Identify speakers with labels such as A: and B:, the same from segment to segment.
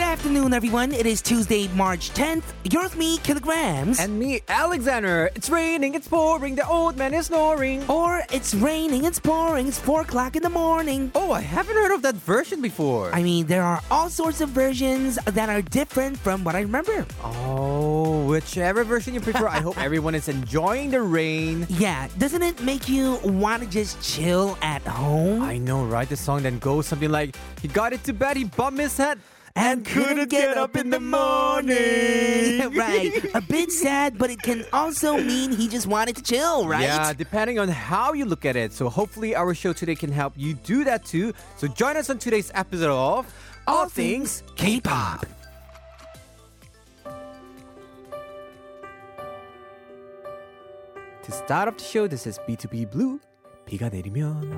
A: afternoon, everyone. It is Tuesday, March 10th. You're with me, Kilograms.
B: And me, Alexander. It's raining, it's pouring, the old man is snoring. Oh,
A: or it's raining, it's pouring, it's 4 o'clock in the morning.
B: oh, I haven't heard of that version before.
A: I mean, there are all sorts of versions that are different from what I remember.
B: oh, whichever version you prefer, I hope everyone is enjoying the rain.
A: Yeah, doesn't it make you want to just chill at home?
B: I know, right? The song then goes something like He got it to bed, he bumped his head.
A: and couldn't get up in the morning. right. A bit sad, but it can also mean he just wanted to chill, right?
B: Yeah, depending on how you look at it. So hopefully our show today can help you do that too. So join us on today's episode of All Things K-pop. To start off the show, this is B2B Blue. 비가 내리면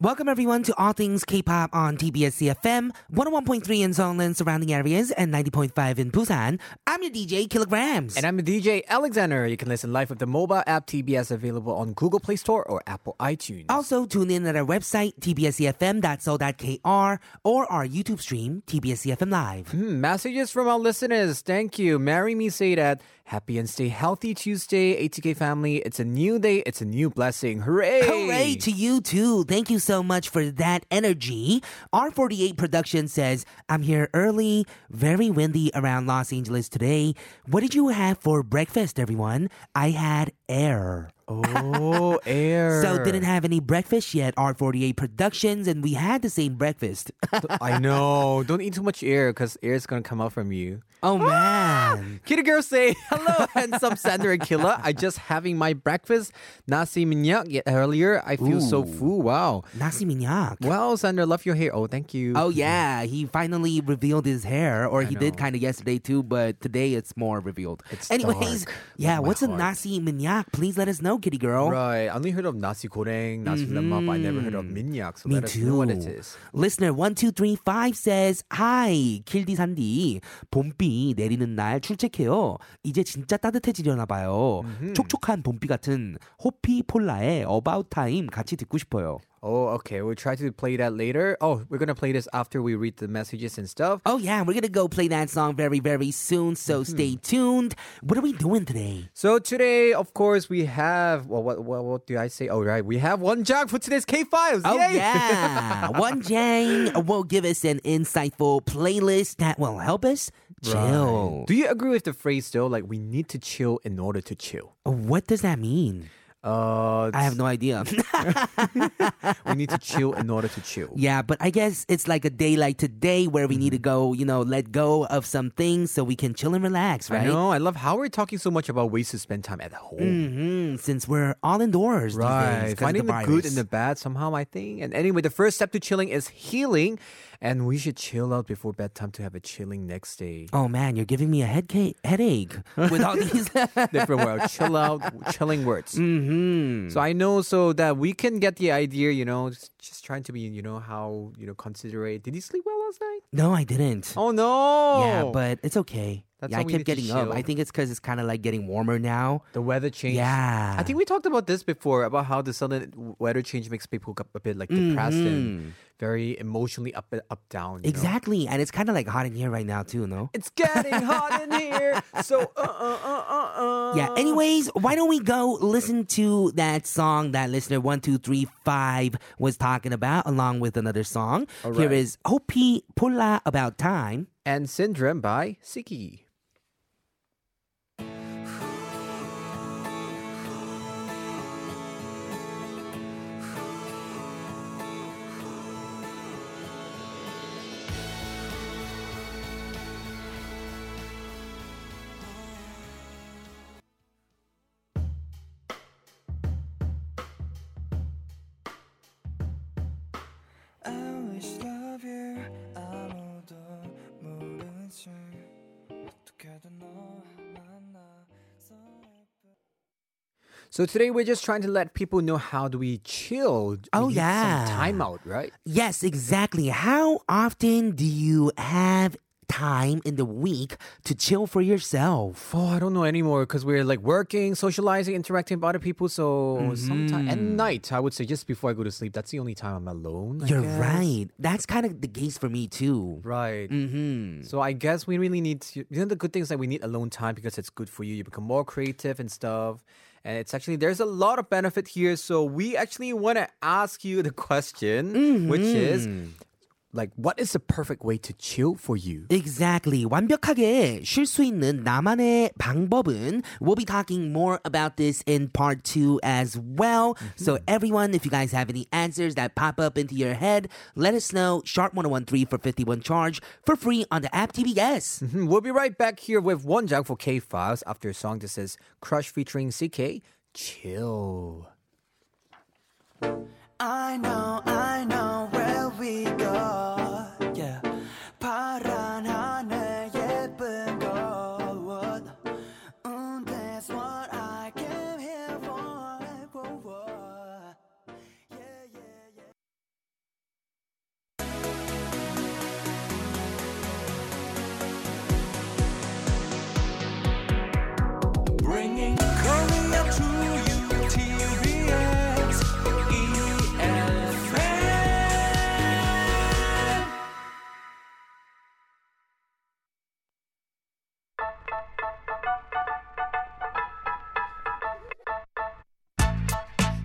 A: Welcome everyone to All Things K-pop on TBS CFM 101.3 in Seoul and surrounding areas and 90.5 in Busan. I'm your DJ Kilograms.
B: And I'm the DJ Alexander. You can listen live with the mobile app TBS available on Google Play Store or Apple iTunes.
A: also tune in at our website tbscfm.so.kr or our YouTube stream tbscfm live.
B: Hmm, Messages from our listeners. Thank you. Marry me say that. Happy and stay healthy Tuesday, ATK family. It's a new day. It's a new blessing. Hooray!
A: Hooray to you too. Thank you so much for that energy. R48 Production says, I'm here early, very windy around Los Angeles today. What did you have for breakfast, everyone? I had air.
B: Oh, air.
A: So didn't have any breakfast yet, R48 Productions, and we had the same breakfast.
B: I know. Don't eat too much air because air is gonna come out from you.
A: oh man.
B: Kitty girl say hello, handsome Sandra and Killa. I just having my breakfast. Nasi minyak ye- earlier. I feel so full. Wow.
A: Nasi minyak.
B: Wow, Sandra, love your hair. Oh, thank you.
A: Oh yeah, he finally revealed his hair, or he did kind of yesterday too, but today it's more revealed.
B: It's
A: Anyways,
B: dark.
A: yeah,
B: My
A: what's a
B: heart.
A: nasi minyak? Please let us know, kitty girl.
B: Right. I only heard of nasi goreng, nasi lemak. I never heard of minyak. So
A: Mm. Me
B: let us
A: too.
B: know what it is.
A: Listener 1235 says Hi, 길디산디. 봄비 내리는 날 출첵해요. 이제 진짜 따뜻해지려나 봐요. 촉촉한 봄비 같은 호피 폴라의 About Time 같이 듣고 싶어요.
B: Oh, okay. We'll try to play that later. Oh, we're gonna play this after we read the messages and stuff.
A: Oh yeah, we're gonna go play that song very very soon. So stay tuned. What are we doing today?
B: So today, of course, we have well, what what what do I say? Oh, right, we have one jog for today's K files.
A: Oh yeah, One Jang will give us an insightful playlist that will help us chill.
B: Do you agree with the phrase though? Like we need to chill in order to chill.
A: What does that mean?
B: Uh,
A: I have no idea.
B: we need to chill in order to chill.
A: Yeah, but I guess it's like a day like today where we need
B: Mm-hmm.
A: to go, you know, let go of some things so we can chill and relax,
B: I
A: right?
B: know. I love how we're talking so much about ways to spend time at home.
A: hmm Since we're all indoors, These days 'cause
B: Mm. Finding
A: of the,
B: the, good
A: virus.
B: and the bad somehow, I think. And anyway, the first step to chilling is healing, and we should chill out before bedtime to have a chilling next day.
A: Oh man, you're giving me a head ca- headache with all these.
B: different word. Chill out, chilling words.
A: hmm
B: So I know so that we can get the idea, you know, just, just trying to be, you know, how, you know, considerate. Did you sleep well last night?
A: No, I didn't.
B: Oh no.
A: Yeah, but it's okay.
B: That's
A: yeah,
B: why
A: I
B: we
A: kept
B: need to
A: getting up.
B: chill.
A: I think it's because it's kind of like getting warmer now.
B: the weather change.
A: Yeah.
B: I think we talked about this before about how the sudden weather change makes people a bit like depressed and very emotionally up up down. you know?
A: Exactly. And it's kind of like hot in here right now, too, no?
B: It's getting hot in here. So uh uh uh uh uh.
A: Yeah. Anyways, why don't we go listen to that song that listener one two three five was talking about, along with another song. Here
B: right.
A: is Hopi Pula about time.
B: and Syndrome by Siki.
C: I always love you 아무도 모르지 어떻게든 너 만나서
B: So today we're just trying to let people know how do we chill. We
A: Oh,
B: need some
A: yeah.
B: time out, right?
A: Yes, exactly. How often do you have time in the week to chill for yourself?
B: Oh, I don't know anymore because we're like working, socializing, interacting with other people. So sometime at
A: Mm-hmm.
B: night, I would say just before I go to sleep, that's the only time I'm alone. I
A: You're
B: guess.
A: right. That's kind of the case for me too.
B: Right.
A: Mm-hmm.
B: So I guess we really need to. You know, the good thing is that we need alone time because it's good for you. You become more creative and stuff. And it's actually there's a lot of benefit here. So we actually want to ask you the question, which is
A: Mm-hmm.
B: like, what is the perfect way to chill for you?
A: Exactly. 완벽하게 쉴 수 있는 나만의 방법은 we'll be talking more about this in part 2 as well. So
C: Mm-hmm.
A: everyone, if you guys have any answers that pop up into your head, let us know sharp 1013 for 51 charge for free on the app TBS.
B: Mhm. We'll be right back here with one jang for K Files after a song that says Crush featuring CK. Chill.
C: I know, I know where we go. Yeah. 파란 하늘 예쁜 거원. Mm, that's what I came here for. Whoa, whoa. Yeah, yeah, yeah. bringing coming up to you TBS E EFM.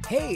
B: Hey,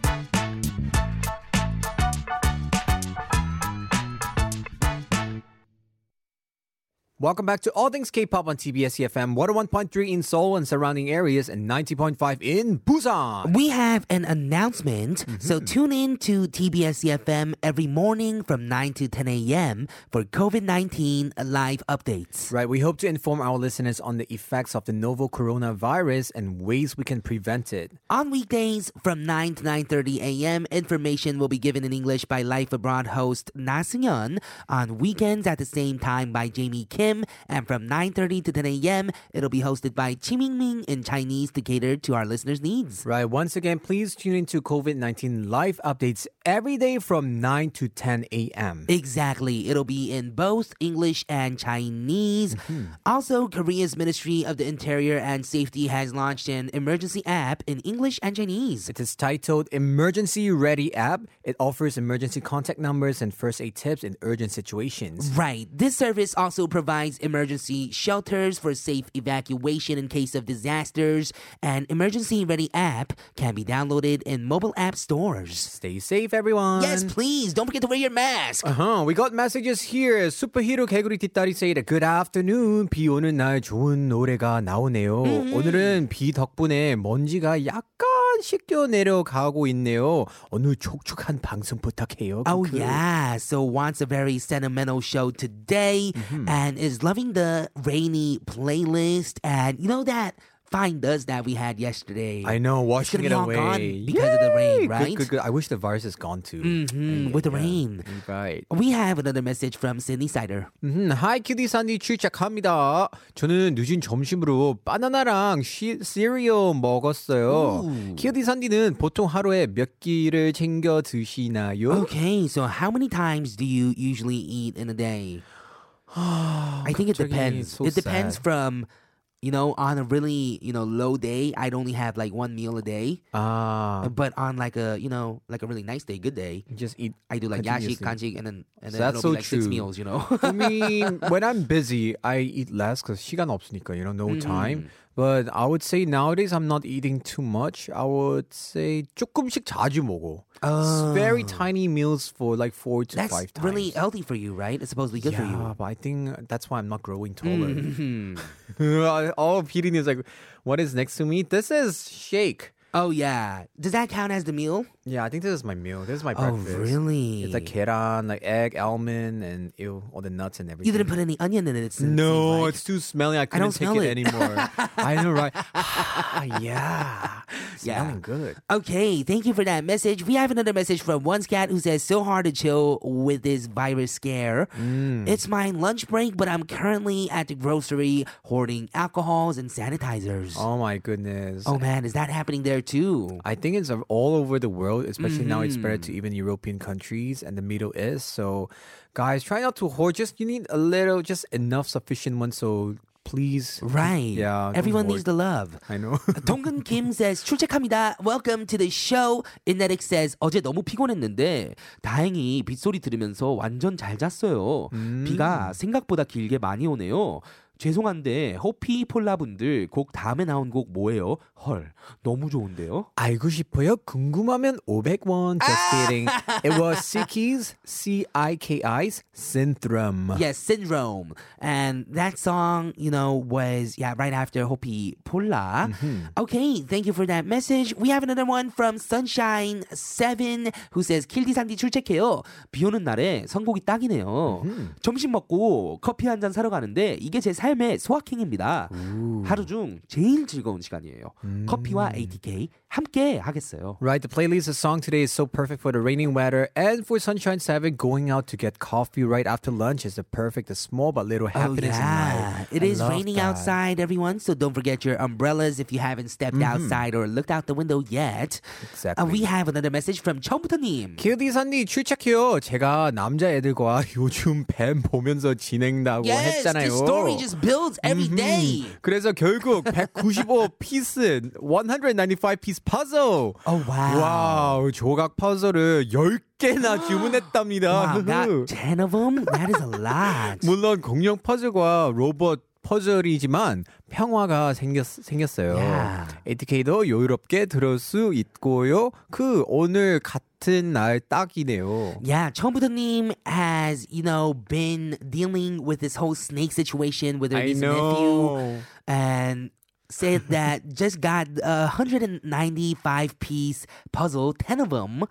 B: Welcome back to All Things K-Pop on TBS EFM 101.3 in Seoul and surrounding areas and 90.5 in Busan.
A: We have an announcement.
C: Mm-hmm.
A: So tune in to TBS EFM E every morning from 9 to 10 a.m. for COVID 19 live updates.
B: Right, we hope to inform our listeners on the effects of the novel coronavirus and ways we can prevent it.
A: On weekdays from 9 to 9.30 a.m., information will be given in English by Life Abroad host Na Seung-yeon. On weekends at the same time by Jamie Kim. And from 9.30 to 10 a.m., it'll be hosted by Chi Ming-ming in Chinese to cater to our listeners' needs.
B: Right. Once again, please tune into COVID 19 live updates every day from 9 to 10 a.m.
A: Exactly. It'll be in both English and Chinese. Also, Korea's Ministry of the Interior and Safety has launched an emergency app in English and Chinese.
B: It is titled Emergency Ready App. It offers emergency contact numbers and first aid tips in urgent situations.
A: Right. This service also provides emergency shelters for safe evacuation in case of disasters. An emergency ready app can be downloaded in mobile app stores.
B: Stay safe, everyone.
A: Yes, please don't forget to wear your mask.
B: Uh-huh. We got messages here. 슈퍼히로 개구리 뒷다리 세이드. Good afternoon. 비 오는 날 좋은 노래가 나오네요. 오늘은 비 덕분에 먼지가 약간 씻겨 내려가고 있네요. 오늘 촉촉한 방송 부탁해요. 그.
A: Oh
B: 크크.
A: yeah, so wants a very sentimental show today and is loving the rainy playlist and you know that fine dust that we had yesterday.
B: I know,
A: It's gonna
B: washing it
A: be all
B: away
A: gone because of the rain,
B: Yay! Good,
A: right?
B: Good, good, I wish the virus is gone too.
A: Mhm, with the rain.
B: Right.
A: We have another message from Sydney Cider.
B: 음, Hi, cutie Sandy 출첵합니다. 저는 늦은 점심으로 바나나랑 시, 시리얼 먹었어요. cutie Sandy는 보통 하루에 몇 끼를 챙겨 드시나요?
A: Okay, so how many times do you usually eat in a day?
B: Oh
A: I think it
B: 갑자기
A: depends.
B: so
A: it depends
B: sad.
A: from, you know, on a really, you know, low day, I'd only have like one meal a day.
B: 아,
A: But on like a, you know, like a really nice day, good day,
B: just eat.
A: I do like yashi,
B: continuously.
A: kanji, and then and then
B: That's
A: it'll
B: so
A: be like six
B: true.
A: meals, you know.
B: I mean, when I'm busy, I eat less because 시간 없으니까, you know,
A: 음,
B: no time. But I would say nowadays I'm not eating too much. I would say 조금씩 자주 먹어. It's Very tiny meals for like four to
A: 아. That's
B: five times.
A: really healthy for you, right? It's supposed to be good
B: yeah,
A: for you.
B: but I think that's why I'm not growing taller. All Peter is like, what is next to me? This is shake.
A: Oh yeah. Does that count as the meal?
B: Yeah, I think this is my meal. This is my breakfast.
A: Oh really?
B: It's like keran, like egg, almond, and ew, all the nuts and everything.
A: you didn't put any onion in it. It seems
B: No,
A: like.
B: it's too smelly. I couldn't
A: don't
B: take
A: smell
B: it,
A: it.
B: anymore. I know, right? yeah.
A: yeah.
B: Smelling good.
A: Okay, thank you for that message. We have another message from One Scat who says, So hard to chill with this virus scare. It's my lunch break, but I'm currently at the grocery hoarding alcohols and sanitizers. Oh,
B: Oh my goodness.
A: man, is that happening there too?
B: I think it's of- all over the world, especially now it's spread
A: Mm-hmm.
B: to even European countries and the Middle East. So, guys, try not to hoard. Just you need a little, just enough sufficient one. So please,
A: Right.
B: Yeah, don't
A: Everyone needs
B: hoard.
A: the love.
B: I know.
A: 동근 김 says 출첵합니다. Welcome to the show. 인나릭 says 어제 너무 피곤했는데 다행히 빗소리 들으면서 완전 잘 잤어요. 비가 생각보다 길게 많이 오네요. 죄송한데 호피 폴라분들 곡 다음에 나온 곡 뭐예요? 헐 너무 좋은데요.
B: 알고 싶어요? 궁금하면 500원. Just kidding. It was Siki's C I K I's Synthrum.
A: Yes, Syndrome. And that song, you know, was, yeah, right after Hopi Pulla. Okay, thank you for that message. We have another one from Sunshine7 who says, 킬디산디 출첵해요. 비 오는 날에 선곡이 딱이네요. 점심 먹고 커피 한 잔 사러 가는데 이게 제 삶의 소확행입니다. 하루 중 제일 즐거운 시간이에요. 커피와 ATK 함께 하겠어요.
B: Right, the playlist the song today is so perfect for the rainy weather and for Sunshine 7 going out to get coffee right after lunch is the perfect, the small but little happiness in life.
A: Oh, It
B: I
A: is
B: love
A: raining
B: that.
A: outside, everyone. So don't forget your umbrellas if you haven't stepped outside or looked out the window yet. Uh, we
B: Mm-hmm. Exactly.
A: have another message from 처음부터님.
B: 길디사님 출첵해요. 제가 남자애들과 요즘 뱀 보면서 진행다고
A: Yes,
B: 했잖아요.
A: this story just
B: Oh.
A: builds every
B: Mm-hmm.
A: day.
B: 그래서 결국 195 피스, 195 피스 퍼즐.
A: Oh, wow.
B: 와우, 조각 퍼즐을 10개나 주문했답니다.
A: Wow, got 10 of them? That is a lot.
B: 물론 공룡 퍼즐과 로봇 퍼즐이지만 평화가 생겼, 생겼어요.
A: 야.
B: ATK도 여유롭게 들을 수 있고요. 그 오늘 같은 날 딱이네요.
A: Yeah, 처음부터님 has, you know, been dealing with this whole snake situation with her
B: I
A: niece and nephew
B: know.
A: and said that just got a 195 piece puzzle, 10 of them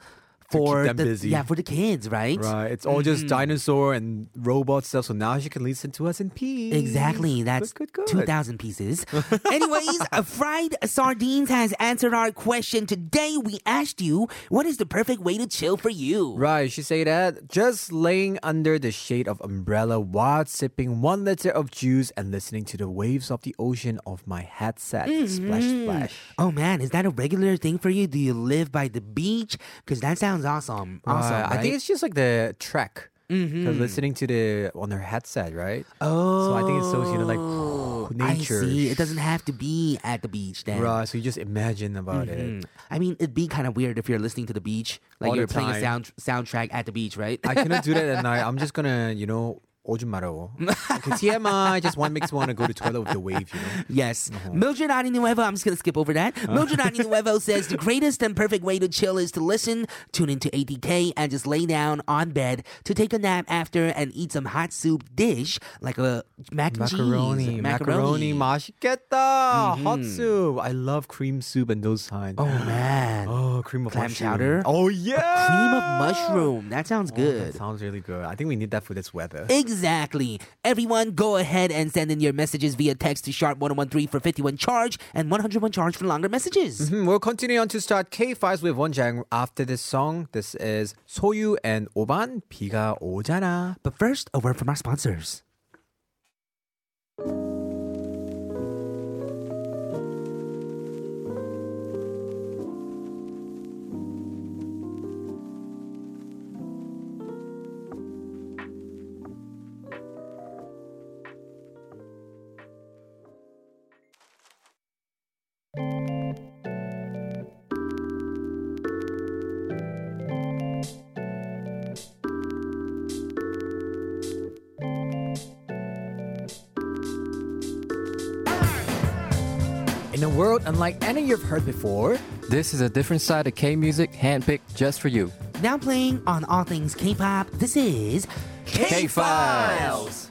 A: for
B: them
A: the
B: busy.
A: yeah, for the kids, right?
B: Right. Mm-hmm. It's all just dinosaur and robot stuff. So now she can listen to us in peace.
A: Exactly. That's
B: good, good.
A: 2,000 pieces. Anyways, uh, Fried Sardines has answered our question. Today, we asked you, what is the perfect way to chill for you?
B: Right, she said that just laying under the shade of umbrella while sipping one liter of juice and listening to the waves of the ocean of my headset. Splash, splash.
A: Oh man, is that a regular thing for you? Do you live by the beach? Because that sounds awesome. Awesome.
B: Uh, I
A: right?
B: think it's just like the track. Because listening to the on her headset, right?
A: Oh,
B: So I think it's so you know like nature.
A: I see. It doesn't have to be at the beach then. Hmm.
B: Right, so you just imagine about it.
A: I mean, it'd be kind of weird if you're listening to the beach, like
B: All
A: you're
B: the
A: playing a
B: time.
A: sound soundtrack at the beach, right?
B: I cannot do that at night. I'm just gonna, you know, 오줌 말어. Okay, TMI just one makes me want to go to toilet with the wave, you know.
A: Yes.
B: Uh-huh.
A: Mildred Ani Nuevo, I'm just going to skip over that. Mildred Ani Nuevo says the greatest and perfect way to chill is to listen, tune into ATK, and just lay down on bed to take a nap after and eat some hot soup dish like a mac and cheese.
B: Macaroni, macaroni, 맛있겠다. Hot soup. I love cream soup and those kinds.
A: Mm-hmm. Oh, man.
B: Oh, cream of
A: Clam
B: mushroom.
A: chowder?
B: Oh yeah. Oh,
A: Cream of mushroom. That sounds
B: That
A: good.
B: sounds really good. I think we need that for this weather.
A: Exactly. Everyone, go ahead and send in your messages via text to sharp1013 for 51 charge and 101 charge for longer messages.
B: Hmm, We'll continue on to start K5s with Wonjang after this song. This is Soyu and Oban, 비가 오잖아.
A: But first, a word from our sponsors.
B: In a world unlike any you've heard before,
D: This is a different side of K music, handpicked just for you.
A: Now playing on all things K-pop, this is
B: K-Files.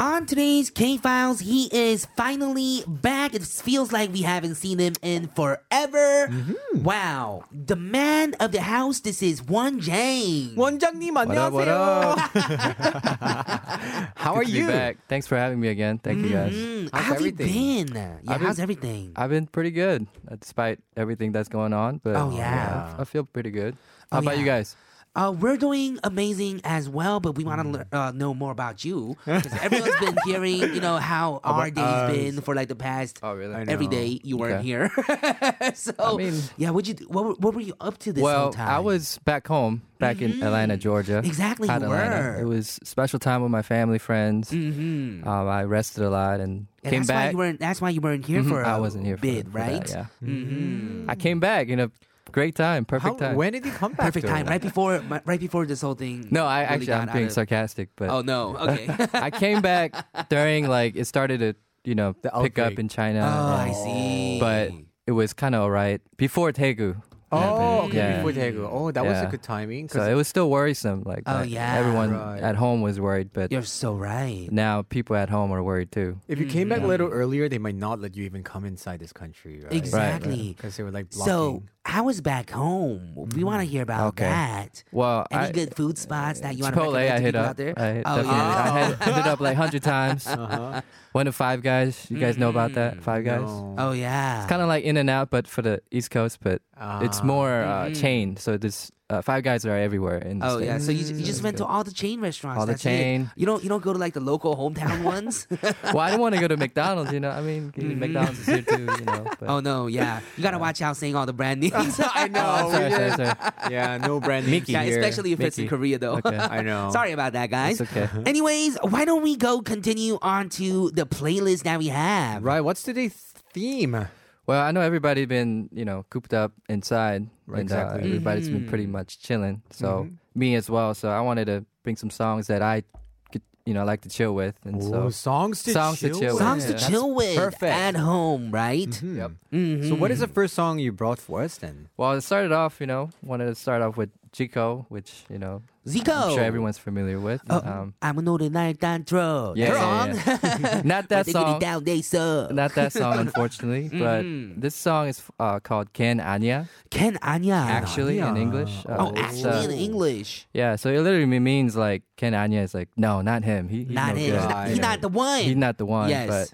A: On today's K Files, he is finally back. It feels like we haven't seen him in forever.
D: Mm-hmm.
A: Wow. The man of the house, this is Won Jang.
B: 원장님
D: What up, what
B: 안녕하세요.
D: up?
B: How
D: Good
B: are
D: to be
B: you?
D: back. Thanks for having me again. Thank you guys.
A: Mm,
B: How's
A: how's
B: everything?
A: you been? Yeah,
D: I've been-
A: how's everything?
D: I've been pretty good uh, despite everything that's going on, but
A: Oh,
D: I
A: yeah. Oh,
D: f- I feel pretty good. How about you
A: yeah.
D: guys?
A: Uh, we're doing amazing as well, but we
D: Mm.
A: want to uh, know more about you 'Cause everyone's been hearing, you know, how our day's been for like the past
D: Oh, really? I
A: every day you weren't
D: Okay.
A: here. so
D: mean-
A: yeah, what you do- what were- what were you up to this whole
D: Well,
A: time? Mm-hmm.
D: I was back home, back in Atlanta, Georgia.
A: Exactly,
D: Hot
A: you
D: Atlanta.
A: were.
D: It was special time with my family, friends.
A: Mhm.
D: Um, I rested a lot and,
A: And
D: came
A: that's why
D: back. Mm-hmm.
A: you weren't. That's why you weren't here for. I
D: I wasn't here for,
A: bit,
D: for
A: right? Mm-hmm. Mm.
D: that, yeah. Mm-hmm. I came back in a great time,
B: How,
D: perfect time.
B: when did you come back?
A: Perfect
B: though?
A: time, right before, my- right before this whole thing.
D: no, I
A: really
D: actually
A: got
D: I'm
A: out
D: being
A: of-
D: sarcastic, but
A: Oh no. Okay.
D: I came back during like it started to you know
B: The
D: pick
B: outbreak.
D: up in
A: oh,
D: China.
A: I
D: and-
A: see.
D: But it was kind of alright before Daegu.
B: Oh,
D: happened.
B: okay.
D: Yeah.
B: Before Daegu. Oh, that was a
D: Yeah.
B: good timing. 'cause
D: So it was still worrisome. Like
A: Oh,
D: that
A: yeah.
D: everyone
B: Right.
D: at home was worried, but
A: you're so right.
D: now people at home are worried too.
B: if you came back a little
A: Mm-hmm.
B: earlier, they might not let you even come inside this country, right?
A: Exactly.
B: Because they were like blocking.
A: So I was back home. We want to hear about
D: Mm-hmm. Okay.
A: that.
D: Well,
A: Any
D: I,
A: good food spots that you want to
D: Chipotle,
A: recommend
D: I
A: to
D: hit
A: people
D: up.
A: out there?
D: I hit,
A: oh,
D: definitely.
A: yeah.
D: I hit, hit it up like hundred times.
B: uh-huh.
D: One to Five Guys. You guys know about that? Five Guys.
B: No.
A: Oh, yeah.
D: Kind of like In and Out, but for the East Coast. But it's
B: Ah.
D: more uh, chain. So this uh, Five Guys are everywhere in the
A: mm-hmm. Oh yeah,
D: States.
A: so you, you just went to all the chain restaurants.
D: All the
A: that's it.
D: chain.
A: You don't you don't go to like the local hometown ones.
D: well, I didn't want to go to McDonald's. You know, I mean, McDonald's is here too. You know. But.
A: oh no, yeah, you gotta watch out saying all the brand names.
D: Oh,
B: I know.
D: I'm sorry,
B: we
D: sorry,
B: did-
D: sorry.
B: Oh, Yeah, no brand Mickey
A: yeah,
B: here.
A: especially if it's in
D: Mickey.
A: Korea though.
D: Okay.
B: I know.
A: Sorry about that, guys.
D: It's okay.
A: Anyways, why don't we go continue on to the playlist that we have?
B: Right. What's today's theme? Right.
D: Well, I know everybody been you know cooped up inside,
B: Right,
D: and
B: exactly.
D: uh, everybody's been pretty much chilling. So me as well. So I wanted to bring some songs that I, could, you know, like to chill with, and so
B: songs to
D: Songs to
B: chill.
D: chill
B: with.
A: Songs to
D: Yeah, that's
A: chill with
D: perfect.
A: at
D: Mm-hmm.
A: home, right? Mm-hmm.
B: Hmm.
D: Yep.
B: So what is the first song you brought for us then?
D: well, it started off. You know, wanted to start off with Chico, which you know
A: Zico.
D: I'm sure everyone's familiar with.
A: Oh,
D: um,
A: 아무 노래나 일단 들어.
D: yeah,
A: That
D: yeah, yeah.
A: song.
D: not that
A: They get it
D: song.
A: down, they suck.
D: Not that song, unfortunately. But
A: Mhm.
D: this song is uh, called "Can Anya"
A: ken 아니야.
D: actually in English. Uh,
A: Oh,
D: it's,
A: actually
D: uh,
A: in English.
D: Yeah, so it literally means like Ken Anya is like, no, not him. He, he's
A: Not
D: no
A: him.
D: good.
A: He's not, he's
D: You know,
A: not the one.
D: He's not the one.
A: Yes.
D: But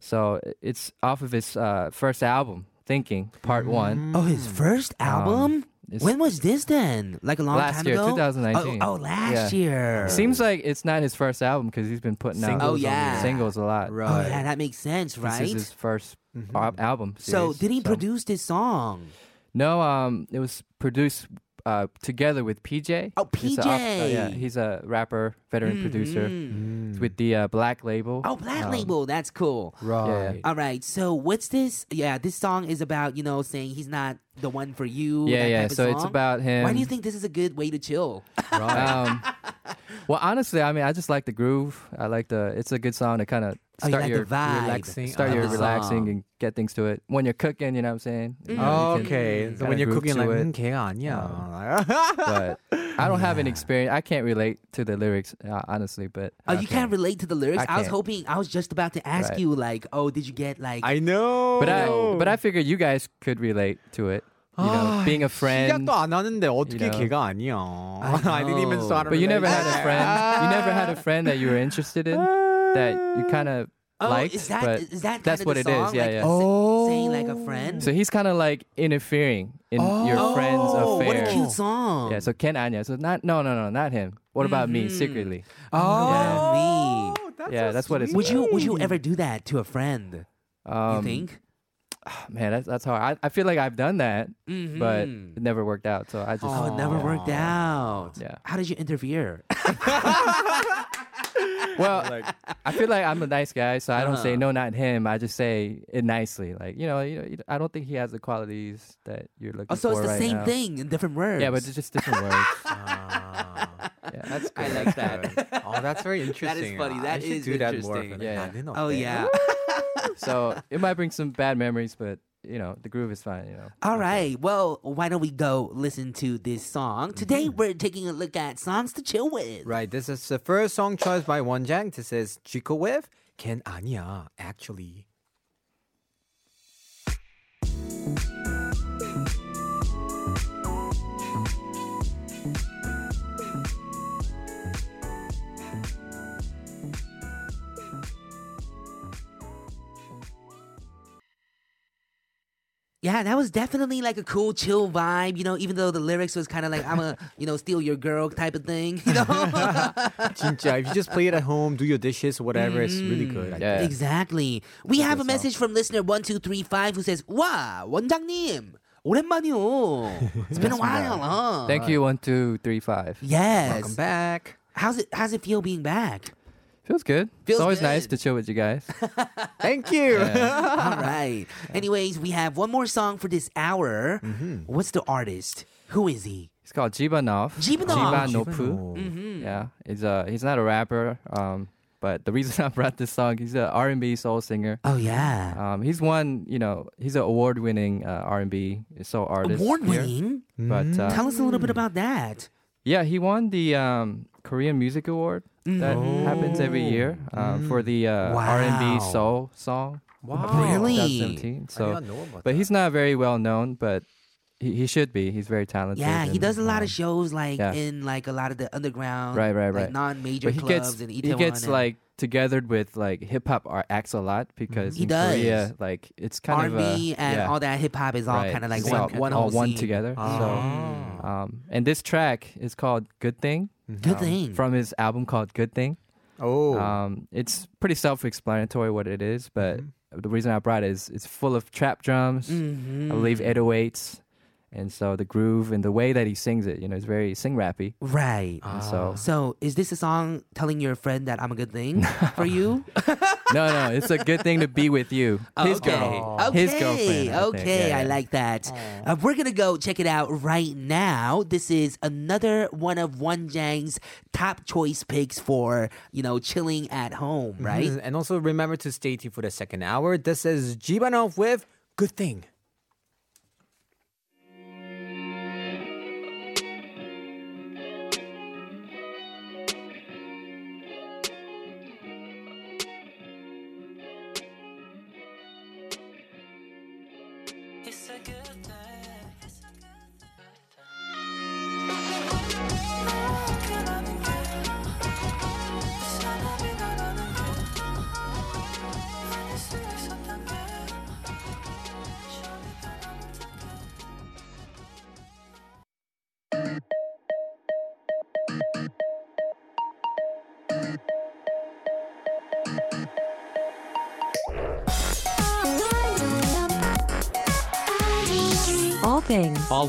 D: so it's off of his uh, first album, Thinking, Part One.
A: oh, his first album?
D: Um, it's-
A: when was this then? Like a long
D: Last
A: time
D: year,
A: ago?
D: 2019.
A: Oh, oh, last
D: Yeah.
A: year.
D: Seems like it's not his first album because he's been putting
B: Singles
D: out
A: Oh, yeah.
D: singles a lot.
A: oh, yeah, that makes sense,
D: This
A: right?
D: is his 1st
B: Mm-hmm.
D: al- album.
A: Mm. so,
D: series,
A: did he produce this song?
D: No, um, it was produced uh, together with PJ.
A: Oh,
D: He's a off- uh,
A: PJ.
D: yeah, he's a rapper, veteran producer.
A: Mm.
D: It's with the uh, Black Label.
A: Oh, Black
D: Um,
A: Label. That's cool.
B: Right.
A: All right, so what's this? Yeah, this song is about you know saying he's not the one for you.
D: Yeah,
A: that
D: yeah.
A: type of
D: So it's
A: song.
D: about him.
A: Why do you think this is a good way to chill?
D: um, well, honestly, I mean, I just like the groove. I like the. It's a good song to kind of
A: Oh, you
D: start
A: like
D: your
A: the vibe.
B: relaxing-
D: start
A: of
D: your
A: the
D: relaxing
A: song.
D: and get things to it when you're cooking. You know what I'm saying? You
A: Mm-hmm.
D: know, you can-
B: Okay. So
D: Gotta
B: when you're
D: groove
B: cooking,
D: to
B: like,
D: it. Oh.
B: mm, 걔 아니야.
D: But I don't have any experience. I can't relate to the lyrics, uh, honestly. But
A: Oh, you can't relate to the lyrics.
D: I
A: I, was
D: can't.
A: hoping. I was just about to ask
D: Right.
A: you, like, oh, did you get like?
B: I know. Ah,
D: But I
A: Oh.
D: but I figured you guys could relate to it. You know, being a friend.
B: 시작도 안 하는데 어떻게
D: know.
B: 걔가 아니야. I didn't even
A: know.
B: start. a
D: But you never had a
B: relationship.
D: friend. You never had a friend that you were interested in that you kind of
A: oh,
D: liked.
A: is that
D: but
A: is that kinda
D: that's what
A: the
D: it is.
A: song?
D: Yeah,
A: Like,
D: yeah.
A: sa- saying like a friend.
D: So he's kind of like interfering in your friend's
A: oh,
D: affair.
A: what a cute song.
D: Yeah, so Ken Anya. So not no no no not him. What about me
A: Mm-hmm.
D: secretly?
B: Oh,
A: Oh,
B: that's
D: Yeah,
B: so
D: that's what it's
A: me. Would
B: sweet.
A: you would you ever do that to a friend?
D: Mm. Um,
A: you think?
D: Man, that's that's hard. I, I feel like I've done that, but
A: Mhm.
D: it never worked out. So I just
A: Oh, it never
D: yeah.
A: worked out.
D: Yeah.
A: How did you interfere?
D: Well, I feel like I'm a nice guy, so I don't say
A: Uh-huh.
D: no, not him. I just say it nicely, like you know, you know, you- I don't think he has the qualities that you're looking
A: Oh, so
D: for
A: it's the
D: right
A: same
D: now.
A: thing in different words.
D: Yeah, but it's just different words. Yeah, that's
B: I like that. Ah, oh, that's very interesting.
A: funny.
B: I
A: That is
B: should do that more.
A: interesting.
B: often.
D: Yeah, yeah.
B: 나는
A: Oh
B: 어때?
A: yeah.
D: so it might bring some bad memories, but you know, the groove is fine. You know.
A: All right. Well, why don't we go listen to this song? Today
D: Mm-hmm.
A: we're taking a look at songs to chill with.
B: Right, this is the first song choice by Wonjang. This is Chico with 걘 아니야, actually.
A: Yeah, that was definitely like a cool chill vibe, you know, even though the lyrics was kind of like I'm a, you know, steal your girl type of thing, you know.
B: 진짜, if you just play it at home, do your dishes, whatever, it's really good. I
D: Yeah.
B: think.
A: exactly. We have a message from listener 1235 who says, "Wow, 원장님. 오랜만이요. It's been a while, huh?"
D: Thank you. One, two, three, five.
B: Welcome
A: Yes.
B: back.
A: How's it how's it feel being back?
D: Feels good.
A: Feels
D: it's always nice
A: good.
D: to chill with you guys.
B: Thank you.
A: All right. Anyways, we have one more song for this hour.
D: Mm-hmm.
A: What's the artist? Who is he?
D: It's called Jibanov.
A: Jibanov.
D: Jibanopu. Hmm. Yeah, he's a he's not a rapper. Um, but the reason I brought this song, he's an R and B soul singer.
A: Oh yeah.
D: Um, he's won, you know, he's an award-winning uh, R and B soul artist.
A: Award
D: here.
A: winning.
D: But uh,
A: Tell us a little bit about that.
D: Yeah, he won the um, Korean Music Award that happens every
A: Oh.
D: year um, for the uh,
A: Mm. Wow.
D: R&B soul song. Wow,
A: Really?
D: 2017.
B: did
D: So,
B: not know about
D: but he's not very well known, but he, he should be. He's very talented.
A: Yeah, he
D: and,
A: does a lot
D: um,
A: of shows like
D: yeah.
A: in like a lot of the underground,
D: Right, right,
A: like
D: right.
A: non-major
D: But he
A: clubs
D: gets
A: and E
D: he gets like togethered with like hip hop ar- acts a lot because
A: He
D: in
A: does.
D: Korea, like it's kind
A: R and
D: of a,
A: B and
D: yeah,
A: all that hip hop is all
D: right.
A: kind of like
D: It's
A: one
D: all,
A: one
D: all
A: whole
D: one
A: scene. Oh.
D: together.
B: Ah.
D: So, um, and this track is called "Good Thing."
B: Mm-hmm.
D: um,
A: Good thing.
D: from his album called Good Thing.
B: Oh.
D: Um, it's pretty self-explanatory what it is, but
B: Mm-hmm.
D: the reason I brought it is it's full of trap drums,
A: Mm-hmm.
D: I believe 808s, and so the groove and the way that he sings it, you know, it's very sing rappy.
A: right.
D: And so
A: So is this a song telling your friend that I'm a good thing for you?
D: no, no, it's a good thing to be with you, his girl,
A: Okay.
D: his girlfriend. I think.
A: okay,
D: Yeah,
A: I
D: yeah.
A: like that. Uh, we're gonna go check it out right now. This is another one of One Jang's top choice picks for you know chilling at home, right?
B: And also remember to stay tuned for the second hour. This is Jibanov with Good Thing.
C: It's a good thing. It's a good thing.
E: All things.
F: All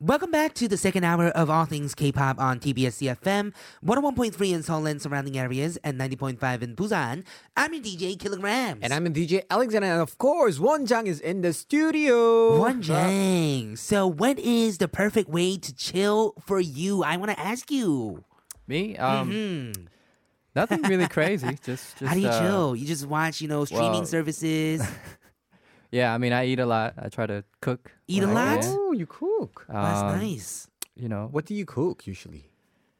A: Welcome back to the second hour of All Things K-Pop on TBS CFM, 101.3 in Seoul and surrounding areas, and 90.5 in Busan. I'm your DJ, Kilograms.
B: And I'm DJ Alexander, and of course, Wonjang is in the studio.
A: One Jang. So what is the perfect way to chill for you? I want to ask you. Hmm.
D: me. Um, nothing really crazy. Just, just
A: Mm-hmm. How do you
D: uh,
A: chill? You just watch, you know, streaming
D: well-
A: services,
D: Yeah, I mean, I eat a lot. I try to cook.
A: eat a
D: when I
A: lot?
D: can.
B: Oh, you cook.
A: That's
D: Um,
A: nice.
D: You know,
B: What do you cook usually?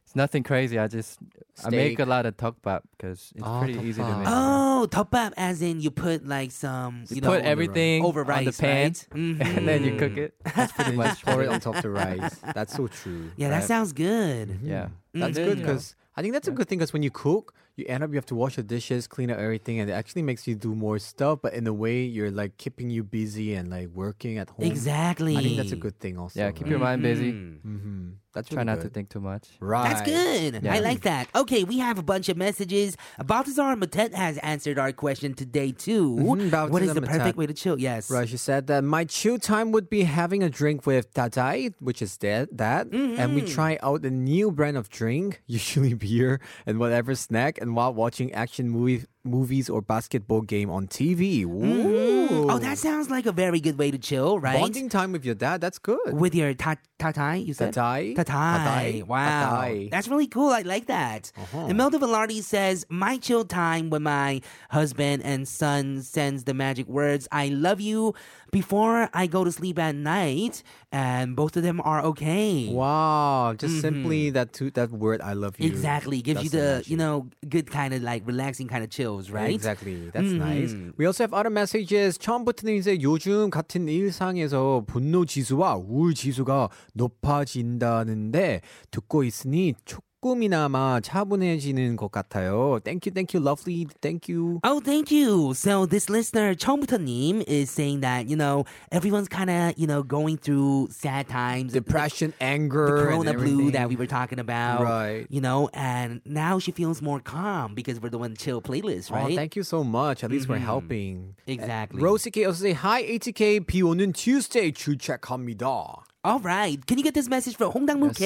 D: It's nothing crazy. I just I make
B: Steak.
D: a lot of tteokbap because it's
B: Oh,
D: pretty easy to
B: tteokbap.
D: make.
A: Oh, topbap as in you put like some, you
D: you
A: know,
D: put everything
A: over rice,
D: on the pan,
A: right? Mhm.
D: and then you cook
A: Mm-hmm.
D: it. That's pretty much
B: Pour
D: what
B: it on top of the rice. That's so true.
A: Yeah, that sounds good.
D: Mm, Yeah,
B: That's good
D: And then, you know,
B: because I think that's a good thing because when you cook, you end up you have to wash the dishes, clean up everything, and it actually makes you do more stuff. But in a way, you're like keeping you busy and like working at home.
A: Exactly.
B: I think that's a good thing also.
D: yeah, keep your mind busy.
B: Mm-hmm. That's
D: Try
B: really
D: not
B: good.
D: to think too much.
B: Right.
A: That's good. I
D: Yeah.
A: like that. Okay, we have a bunch of messages. Baltazar Matet has answered our question today too.
B: Mhm,
A: what is
B: Baltazar
A: the perfect
B: Matet.
A: way to chill? Yes.
B: Right, she said that my chill time would be having a drink with Tatai, which is that, that and we
A: Mm-hmm.
B: try out a new brand of drink, usually beer and whatever snack, and while watching action movie, movies or basketball game on TV. Ooh.
A: Oh, that sounds like a very good way to chill, right?
B: Bonding time with your dad, that's good.
A: With your ta- tatai, you said?
B: Tatai.
A: Tatai.
B: Tatai.
A: Wow.
B: Tatai. Uh-huh.
A: That's really cool. I like that. Imelda Velarde says, My chill time when my husband and son sends the magic words, I love you, before I go to sleep at night. And both of them are okay.
B: Wow, just simply that two, that word I love you.
A: Mm-hmm. Exactly. Gives you
B: That's
A: the,
B: magic.
A: you know, good kind of like relaxing kind of chills, right? Mm-hmm.
B: Exactly. That's nice. We also have other messages. 처음부터는 이제 요즘 같은 일상에서 분노 지수와 우울 지수가 높아진다는데 듣고 있으니 조금이나마 차분해지는 것 같아요. Thank you, thank you, lovely, thank you.
A: Oh, thank you. So this listener, Chombuta-nim, is saying that, you know, everyone's kind of, you know, going through sad times.
B: Depression, anger,
A: the
B: and
A: corona blue that
B: everything.
A: we were talking about.
B: Right.
A: You know, and now she feels more calm because we're doing chill playlist, right? Mm-hmm.
B: Oh, thank you so much. At least we're helping.
A: Exactly.
B: Rosie K also say hi ATK 비 오는 Tuesday 출첵합니다.
A: All right. Can you get this message for Hongdang
D: Yes, sir.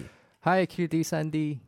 A: Muke?
D: Hi, QD, Sandy.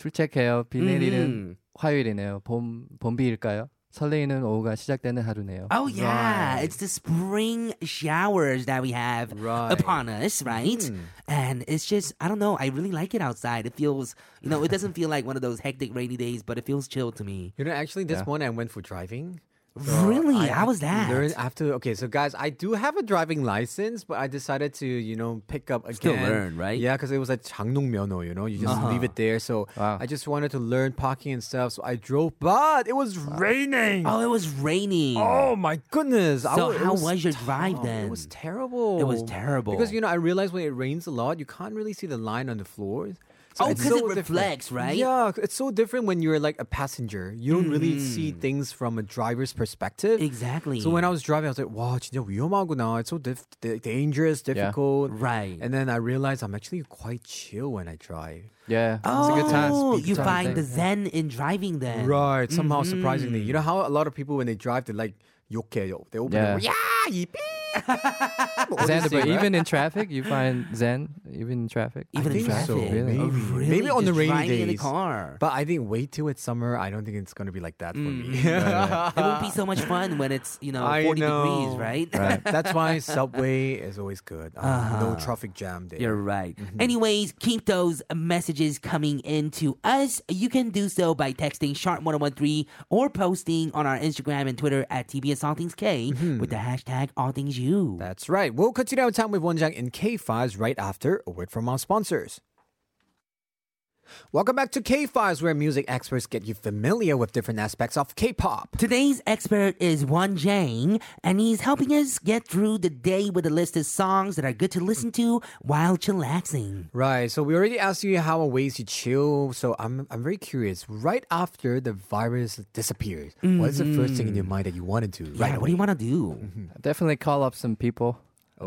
D: 출첵해요. 비
A: Mm-hmm.
D: 내리는 화요일이네요. 봄, 봄비일까요? 설레이는 오후가 시작되는 하루네요.
A: Oh yeah, it's the spring showers that we have
B: Right. Hmm.
A: upon us, right? And it's just I don't know, I really like it outside. It feels, you know, it doesn't feel like one of those hectic rainy days, but it feels chill to me.
B: You know, actually, this morning I went for driving.
A: Really? How
B: have
A: was
B: to
A: that?
B: Learn after. Okay, so guys, I do have a driving license, but I decided to, you know, pick up again.
A: Still learn, right? Uh-huh.
B: Yeah, because it was a 장롱 면허. You know, you just leave it there. So I just wanted to learn parking and stuff. So I drove, but it was raining.
A: Oh, it was raining.
B: Oh my goodness! I
A: So
B: wa- it
A: how was your drive
B: tough.
A: then?
B: It was terrible.
A: It was terrible.
B: because you know I realized when it rains a lot, you can't really see the line on the floors.
A: Oh,
B: it's
A: 'cause it
B: different.
A: reflects, right?
B: Yeah, it's so different when you're like a passenger. You don't really see things from a driver's perspective.
A: Hmm. Exactly.
B: So when I was driving, I was like, "Wow, 진짜 위험하구나. It's so dif- d- dangerous, difficult."
A: Right.
B: And then I realized I'm actually quite chill when I drive.
D: yeah.
A: Oh,
D: it's a good time.
A: you
D: time
A: find the zen
D: thing.
A: in driving then.
B: Right. Somehow,
A: Mm-hmm.
B: surprisingly, you know how a lot of people when they drive, they like 욕해요. They open
D: Yeah.
B: up, yeah, 이삐.
D: Xander, but even in traffic, you find zen, even in traffic.
A: Even in
B: think
A: traffic.
B: so,
D: really.
A: Oh,
B: maybe.
A: really?
B: Maybe on the
A: Just
B: rainy
A: driving in the
B: days.
A: car.
B: But I think wait till it's summer. I don't think it's gonna be like that for me.
A: Mm. Mm-hmm. it would be so much fun when it's, you know,
B: I
A: 40
B: know.
A: degrees, right?
B: That's why subway is always good. Uh, No traffic jam there.
A: Uh-huh. You're right.
D: Mm-hmm.
A: Anyways, keep those messages coming in to us. You can do so by texting sharp1013 or posting on our Instagram and Twitter at TBS All Things K
D: Mm-hmm.
A: with the hashtag All Things You.
B: That's right. We'll continue our time with Wonjang in K5s right after a word from our sponsors. Welcome back to K5s, where music experts get you familiar with different aspects of K-pop.
A: Today's expert is Won Jang, and he's helping us get through the day with a list of songs that are good to listen to while chillaxing.
B: Right. So we already asked you how are ways to chill. So I'm I'm very curious. Right after the virus disappears, what is the first thing in
D: Mm.
B: your mind that you want to do?
A: Yeah,
B: right
A: what do you
B: away?
A: want to do?
D: Mm-hmm. Definitely call up some people.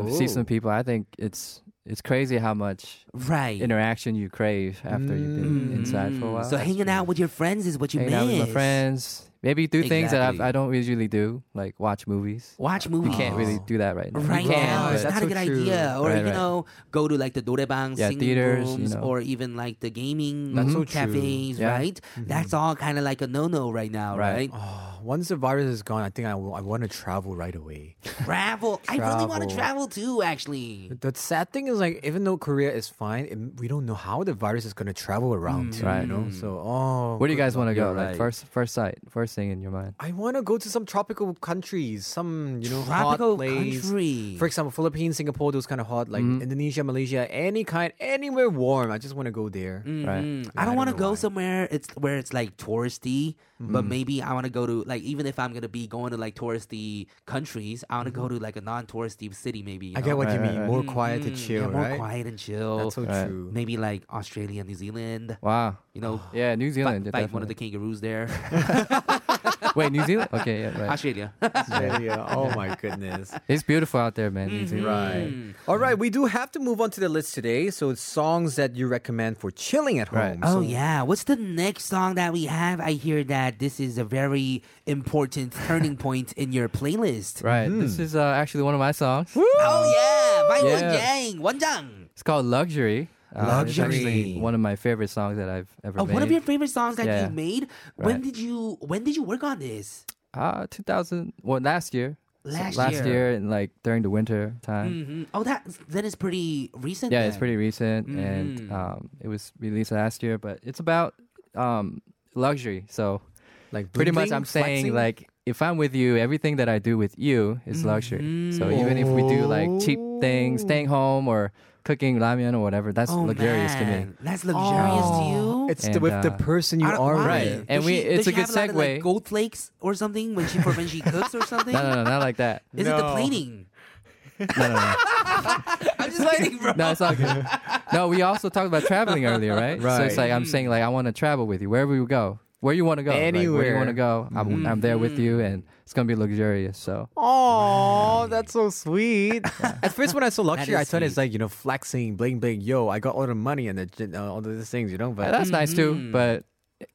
D: See
B: Oh.
D: some people. I think it's it's crazy how much
A: Right.
D: interaction you crave after you've been inside for a while.
A: Mm. so hanging out with your friends is what you
D: Hanging
A: miss.
D: out with my friends. Maybe do things that I've,
A: Exactly.
D: I don't usually do, like watch movies.
A: Watch movies.
D: You can't really do that right now. You
A: right
D: can,
A: now.
B: Right,
A: It's
D: but-
B: that's
A: not a
B: so
A: good
B: true.
A: idea. Or
D: Right,
A: you
D: right.
A: know, go to like the dorebang
D: Yeah,
A: singing
D: theaters, you
A: rooms,
D: know.
A: or even like the gaming
B: That's so true.
A: cafes,
D: Yeah.
A: right? That's all kind of like a no-no right now, right?
D: Right.
B: Once the virus is gone, I think I want to travel right away.
A: Travel. I really want to
B: Travel.
A: travel too, actually.
B: The sad thing is, like, even though Korea is fine, it, we don't know how the virus is going to travel around. too,
D: Right.
B: You know. So, oh,
D: Mm, Where do you guys want to go?
A: You're
D: Like
A: right.
D: first, first sight, first thing in your mind.
B: I want to go to some tropical countries, some you know
A: Tropical
B: hot place.
A: country. Mm-hmm.
B: For example, Philippines, Singapore, those kind of hot, like Indonesia, Malaysia, any kind, anywhere warm. I just want to go there.
A: Mm.
D: Right.
A: I don't
B: I
A: want to go
B: don't know why. Mm-hmm.
A: somewhere it's where it's like touristy, but maybe I want to go to like even if I'm gonna be going to like touristy countries, I want to go to like a non-touristy city maybe. you
B: Mm-hmm. I
A: know?
B: get what you
D: Right,
B: mean.
D: right,
B: More quiet to
A: Mm,
B: chill,
A: yeah, more
B: right?
A: quiet and chill.
B: That's so
D: Right.
B: true.
A: maybe like Australia, New Zealand.
D: Wow.
A: You know,
D: Yeah, New
A: fight,
D: Zealand.
A: fight one of the kangaroos there.
D: Wait, New Zealand? Okay, yeah, right.
A: Australia.
B: Australia. Oh my goodness.
D: It's beautiful out there, man.
A: Mm-hmm.
D: New
A: Mm.
D: Zealand.
B: Right. All right, we do have to move on to the list today. So it's songs that you recommend for chilling at
D: Right.
B: home.
A: Oh
B: So
A: yeah, what's the next song that we have? I hear that this is a very important turning point in your playlist.
D: Right. This is uh, actually one of my songs.
A: Oh yeah, by
D: Yeah.
A: Won Yang, Wonjang.
D: It's called Luxury. Uh, it's
B: Luxury.
D: actually one of my favorite songs that I've ever
A: Oh,
D: made.
A: one of your favorite songs that
D: Yeah.
A: you made. When
D: Right.
A: did you when did you work on this?
D: uh, 2000, well, last year. So
A: Last
D: last
A: year.
D: year and like during the winter time.
A: hmm Oh, that then it's pretty recent.
D: Yeah, it's
A: then.
D: pretty recent, and um, it was released last year. But it's about um, luxury. So
B: like
D: pretty
B: bling-bling,
D: much, I'm saying
B: flexing?
D: like if I'm with you, everything that I do with you is luxury. So even if we do like cheap things, staying home or cooking ramen or whatever, that's
A: Oh,
D: luxurious to me.
A: man. That's luxurious to you.
B: it's
D: and,
B: the, with the
D: uh,
B: person you
A: I don't-
B: are
A: why?
B: with.
D: Right. And
A: Does
D: we-
A: she-
D: it's
A: does
D: a
A: she
D: good
A: have lot of, like,
D: segue.
A: gold flakes or something when she for when she cooks or something.
D: No, no, no, not like that.
A: Is it the
B: No.
A: planing?
D: No, no, no.
A: I'm just kidding, bro.
D: No, it's not good. No, we also talked about traveling earlier, right? So it's
B: Right.
D: like I'm saying, like I want to travel with you wherever you go, where you want to go, like, where you
B: Anywhere.
D: want to go, I'm, I'm there with you, and it's gonna be luxurious. So
B: Oh, that's so sweet. At first, when I saw luxury, I
A: is
B: thought it's like you know flexing, bling bling. Yo, I got all the money and the, uh, all these things, you know.
D: Uh,
B: But
D: that's nice too, but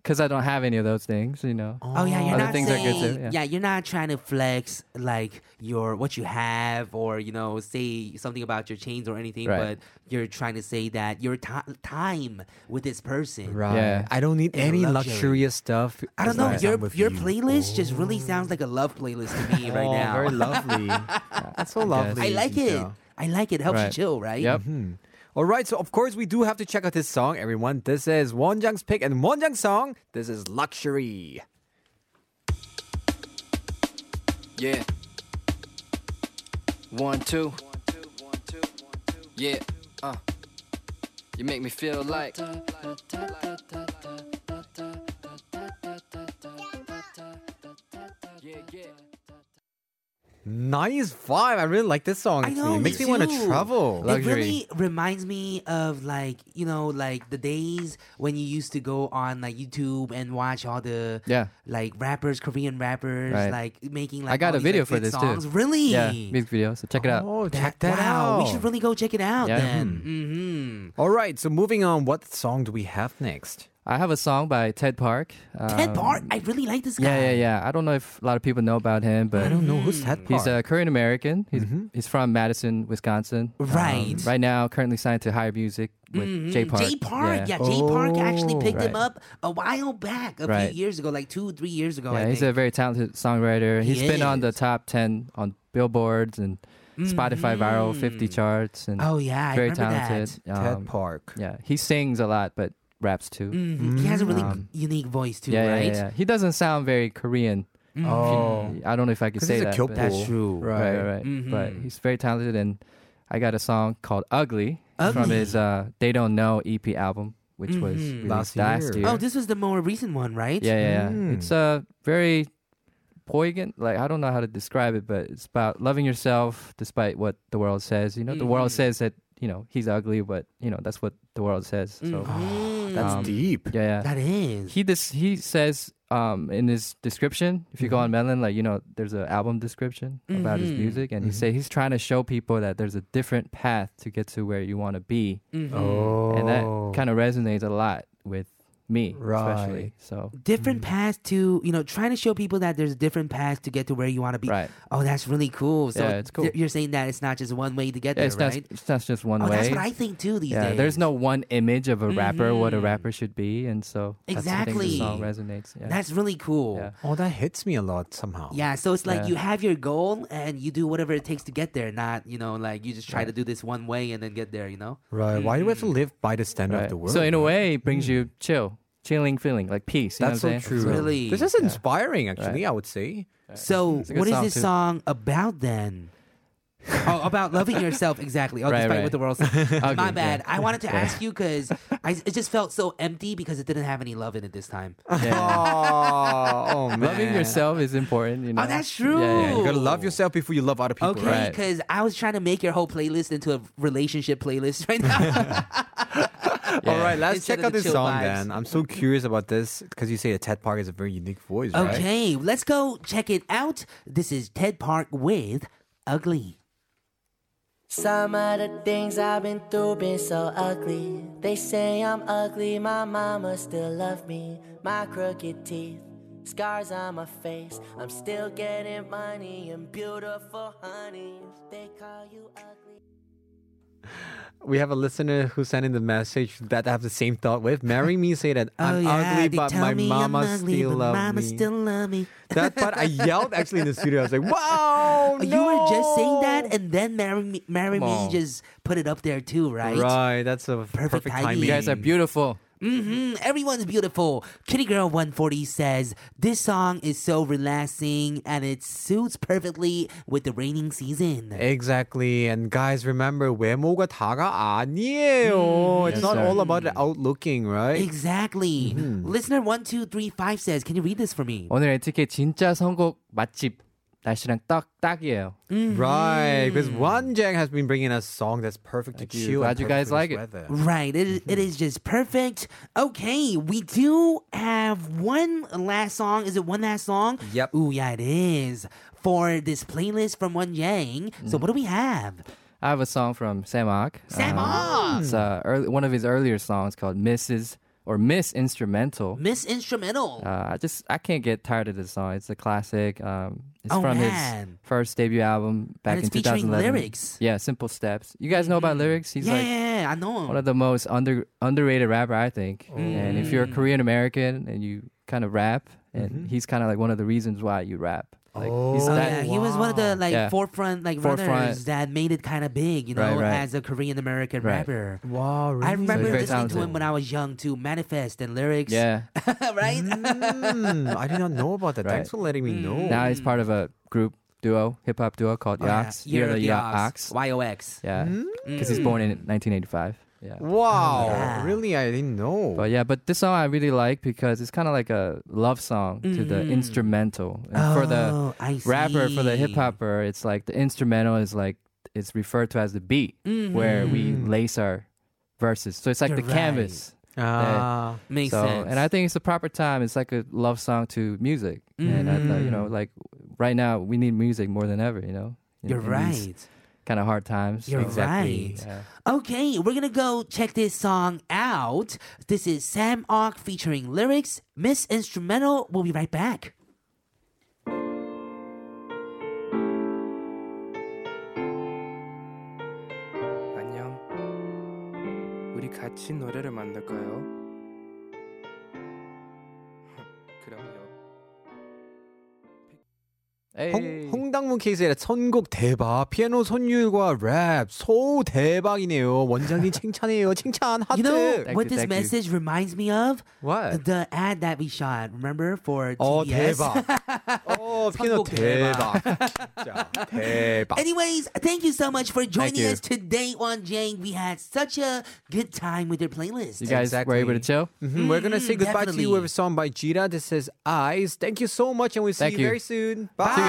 D: because I don't have any of those things, you know.
A: Oh yeah, you're not
D: Other things are
A: saying,
D: good too,
A: yeah.
D: yeah.
A: you're not trying to flex like your what you have or you know say something about your chains or anything, but
D: Right.
A: you're trying to say that your ti- time with this person.
B: right,
D: Yeah.
B: I don't need
A: Yeah,
B: any
A: luxury.
B: luxurious stuff.
A: I don't
B: as
A: know.
B: long as I'm
A: Your
B: with
A: your
B: you.
A: playlist just really sounds like a love playlist to me right
B: Oh,
A: now.
B: very lovely. that's so lovely.
A: I like it.
B: Michelle.
A: I like it. Helps you
D: Right.
A: chill, right?
D: Yep.
B: All right, so of course we do have to check out this song, everyone. This is Wonjang's pick and Wonjang's song. This is Luxury.
G: Yeah. One, two. Yeah. Uh. You make me feel like. Yeah, yeah.
B: Nice vibe. I really like this song.
A: I
B: actually.
A: know,
B: it
A: me
B: makes me want to
A: too.
B: travel.
A: It really reminds me of like you know like the days when you used to go on like YouTube and watch all the
D: Yeah.
A: like rappers Korean rappers
D: Right.
A: like making like
D: I got
A: all
D: a
A: these,
D: video
A: like,
D: for
A: hit
D: this
A: songs.
D: too.
A: Really?
D: Yeah, music video. So Uh, check it out.
B: oh,
A: That-
B: check that
A: wow,
B: out.
A: We should really go check it out
D: Yeah. Hmm.
A: then. Mm-hmm.
B: All right, so moving on, what song do we have next?
D: I have a song by Ted Park.
A: Mm-hmm. Ted
D: um,
A: Park, I really like this guy.
D: Yeah, yeah, yeah. I don't know if a lot of people know about him, but
B: know who's Ted
D: he's a Korean American. He's he's from Madison, Wisconsin. Um,
A: Right. Mm-hmm.
D: right now, currently signed to Higher Music with J Park.
A: Jay Park, yeah, Jay Park actually
B: Oh.
A: picked him
D: Right.
A: up a while back, a
D: Right.
A: few years ago, like two, three years ago. I
D: Yeah,
A: think.
D: he's a very talented songwriter.
A: He
D: He's been on the
A: is.
D: top ten on billboards and Spotify viral fifty charts, and
A: Mm-hmm. Oh, yeah, I
D: very
A: remember that.
D: talented.
B: Ted
D: Um,
B: Park.
D: Yeah, he sings a lot, but raps too.
A: Mhm. He has a really unique voice too,
D: Mm. Yeah, yeah,
A: right? Mm-hmm.
D: yeah, yeah. He doesn't sound very Korean.
B: Oh,
D: I don't know if I could
B: 'Cause
D: say
B: he's a
D: that.
B: Kyopo.
D: but-
A: That's true.
D: Right, right, right. But
A: Mhm.
D: he's very talented, and I got a song called "Ugly" from his uh, "They Don't Know" EP album, which was
A: Mhm.
B: Last
D: released last,
B: year.
D: year.
A: Oh, this was the more recent one, right?
D: Yeah, yeah, yeah.
B: Mm.
D: It's uh, very poignant. Like I don't know how to describe it, but it's about loving yourself despite what the world says. You know, the
A: Mm-hmm.
D: world says that you know he's ugly, but you know that's what the world says. So
A: Mm,
B: that's
D: um,
B: deep.
D: yeah, yeah.
A: that is.
D: He this he says um in his description, if you
A: Mm-hmm.
D: go on Melon, like you know, there's an album description about his music, and he
A: Mm-hmm.
D: said he's trying to show people that there's a different path to get to where you want to be,
A: Mm-hmm.
B: Oh,
D: mm. and that kind of resonates a lot with me,
B: Right.
D: especially. So
A: different
D: Mm.
A: paths to you know trying to show people that there's different paths to get to where you want to be
D: Right.
A: oh that's really cool so
D: Yeah, it's cool.
A: th- you're saying that it's not just one way to get
D: yeah,
A: there
D: it's not
A: right
D: it's not just one
A: oh
D: way.
A: that's what i think too these
D: yeah,
A: days
D: there's no one image of a rapper, what a rapper should be, and so
A: Mm-hmm. Exactly.
D: that's the thing the song resonates. Yeah.
A: that's really cool yeah.
D: Yeah.
B: oh, that hits me a lot somehow.
A: so it's like you
D: Yeah.
A: have your goal and you do whatever it takes to get there, not, you know, like you just try to do this one way and then get there, you know?
B: Right. Why do we have to live by the standard of
D: Right.
B: the world?
D: So in a
B: right?
D: way, it
A: Mm.
D: brings you chill, chilling feeling, like peace. You know
B: that's
D: what
B: so
D: I'm saying?
B: true.
A: Really?
B: This is inspiring, actually. I would say.
A: So,
D: a good
A: what is
D: song,
A: this
D: too.
A: song about then? oh, about loving yourself exactly. Oh,
D: Right,
A: despite
D: right.
A: what the world says. My
D: Ugly,
A: bad. I wanted to
D: Yeah.
A: ask you because it just felt so empty because it didn't have any love in it this time.
D: Yeah.
B: Oh, oh man.
D: Loving yourself is important. You know?
A: Oh, that's true.
D: Yeah,
B: Yeah, you gotta love yourself before you love other people.
A: Okay,
D: Right.
A: because I was trying to make your whole playlist into a relationship playlist right now.
D: yeah.
B: All right, let's
A: Instead
B: check
A: of
B: out
A: the
B: this
A: chill
B: song
A: vibes.
B: then. I'm so curious about this because you say that Ted Park is a very unique voice, right?
A: Okay, let's go check it out. This is Ted Park with Ugly.
H: Some of the things I've been through been so ugly. They say I'm ugly, my mama still love me. My crooked teeth, scars on my face. I'm still getting money and beautiful honey. They call you ugly.
B: We have a listener who sent in the message that I have the same thought with. Marry me, say that I'm ugly,
A: Oh, they
B: but
A: tell
B: my
A: me I'm
B: mama
A: ugly,
B: still
A: but
B: love
A: mama
B: me.
A: still love me.
B: That part I yelled actually in the studio. I was like, "Wow,
A: Oh, You were just saying
B: no!"
A: that, and then marry me, marry
D: Come
A: me
D: on.
A: just put it up there too, right?
B: Right, that's a perfect, timing.
A: timing.
D: You guys are beautiful.
A: Mm, everyone's beautiful. Kitty Girl 140 says this song is so relaxing and it suits perfectly with the raining season.
B: Exactly. And guys, remember, 외모가 다가 아니에요.
A: Mm.
B: it's
D: Yes,
B: not
D: sir.
B: all about the outlooking, right?
A: Exactly. Listener 1235 says, Can you read this for me?
D: 오늘 NTK 진짜 선곡 맛집 날씨랑 딱 딱이에요.
A: Mm-hmm.
B: Right. Because Wanjang has been bringing us song that's perfect to
D: Thank you.
B: chill. and
D: Glad you guys
B: perfect for
D: like
B: this weather.
A: Right. It is, it is just perfect. Okay. We do have one last song. Is it one last song?
B: Yep.
A: Ooh, yeah, it is. For this playlist from One Yang. So, what do we have?
D: I have a song from Samak.
A: Samak!
D: it's uh, early, one of his earlier songs called Mrs. or Miss Instrumental.
A: Miss Instrumental.
D: Uh, I just I can't get tired of this song. It's a classic. Um, it's
A: Oh,
D: from
A: man.
D: his first debut album back
A: And it's
D: in
A: featuring
D: 2011.
A: lyrics. Mm-hmm.
D: Yeah, Simple Steps. You guys know about lyrics? He's like
A: yeah, I know him.
D: one of the most under underrated rapper I think.
A: Mm.
D: And if you're a Korean American and you kind of rap, and he's kind of like one of the reasons why you rap. Like he's
A: Oh,
D: that
A: yeah, he was one of the like
D: Yeah.
A: forefront like
D: Forefront.
A: runners that made it kind of big, you know,
D: Right, right.
A: as a Korean American
D: Right.
A: rapper.
B: Wow, really?
A: I remember
D: very
A: listening to him
D: talented.
A: when I was young too, manifest and lyrics.
D: yeah. Mm-hmm.
A: right?
B: Mm, I did not know about that. Thanks for letting me know.
D: Now he's part of a group duo, hip hop duo called Yox.
A: Year of
D: You're the
A: Oh, the
D: Yo-
A: Ox.
D: Ox.
A: Y-O-X.
D: Yeah,
B: Mm.
D: because
A: Mm.
D: he's born in 1985. Yeah.
B: 음? Oh. Wow,
A: Yeah.
B: really? I didn't know.
D: But yeah, but this song I really like because it's kind of like a love song to the instrumental. And uh, for the
A: Mm. Oh, I
D: rapper, for the
A: see.
D: hip hopper, it's like the instrumental is like it's referred to as the beat, where we lace our verses. So it's like
A: Mm. You're
D: the canvas.
B: Ah.
A: Mm-hmm. Makes
D: so
A: sense.
D: and I think it's the proper time. It's like a love song to music, and I thought you
A: Mm.
D: know like right now we need music more than ever. You know, In-
A: You're
D: in these
A: right.
D: kind of hard times.
A: You're
B: Exactly,
A: right.
D: yeah.
A: Okay, we're gonna go check this song out. This is Sam Ock featuring lyrics, Miss Instrumental. We'll be right back.
I: 안녕. 우리 같이 노래를 만들까요? 그럼요.
D: Hey.
B: 홍, 당문 케이스의 선곡 대박 피아노 선율과 랩소 대박이네요 원장님 칭찬해요 칭찬 하트
A: You know
D: Thank
A: what
D: you,
A: this
D: thank you.
A: message reminds me of?
B: What?
A: The ad that we shot, remember? For
B: 어
A: TBS.
B: 대박 어 피아노
A: 선곡 대박.
B: 대박 진짜 대박
A: Anyways, thank you so much for joining
B: you.
A: us today on Jang. We had such a good time with your playlist.
D: You guys were able to chill?
B: Mhm, We're gonna say
A: Mm,
B: goodbye to you
A: definitely.
B: with a song by Jira. This is Eyes. Thank you so much, and we'll see
D: Thank
B: you
D: you.
B: very soon.
A: Bye.
D: See you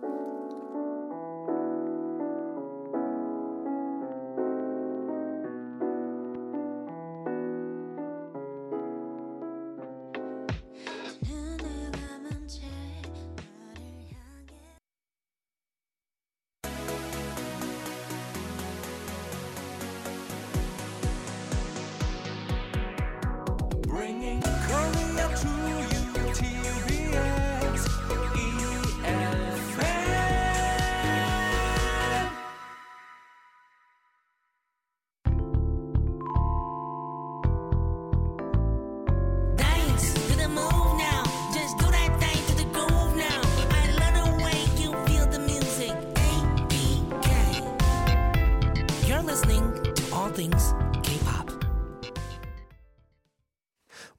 C: Bringing Korea to you, TBS EFM.
J: Dance to the move now. Just do that thing to the groove now. I love the way you feel the music. APK. You're listening to all things K-pop.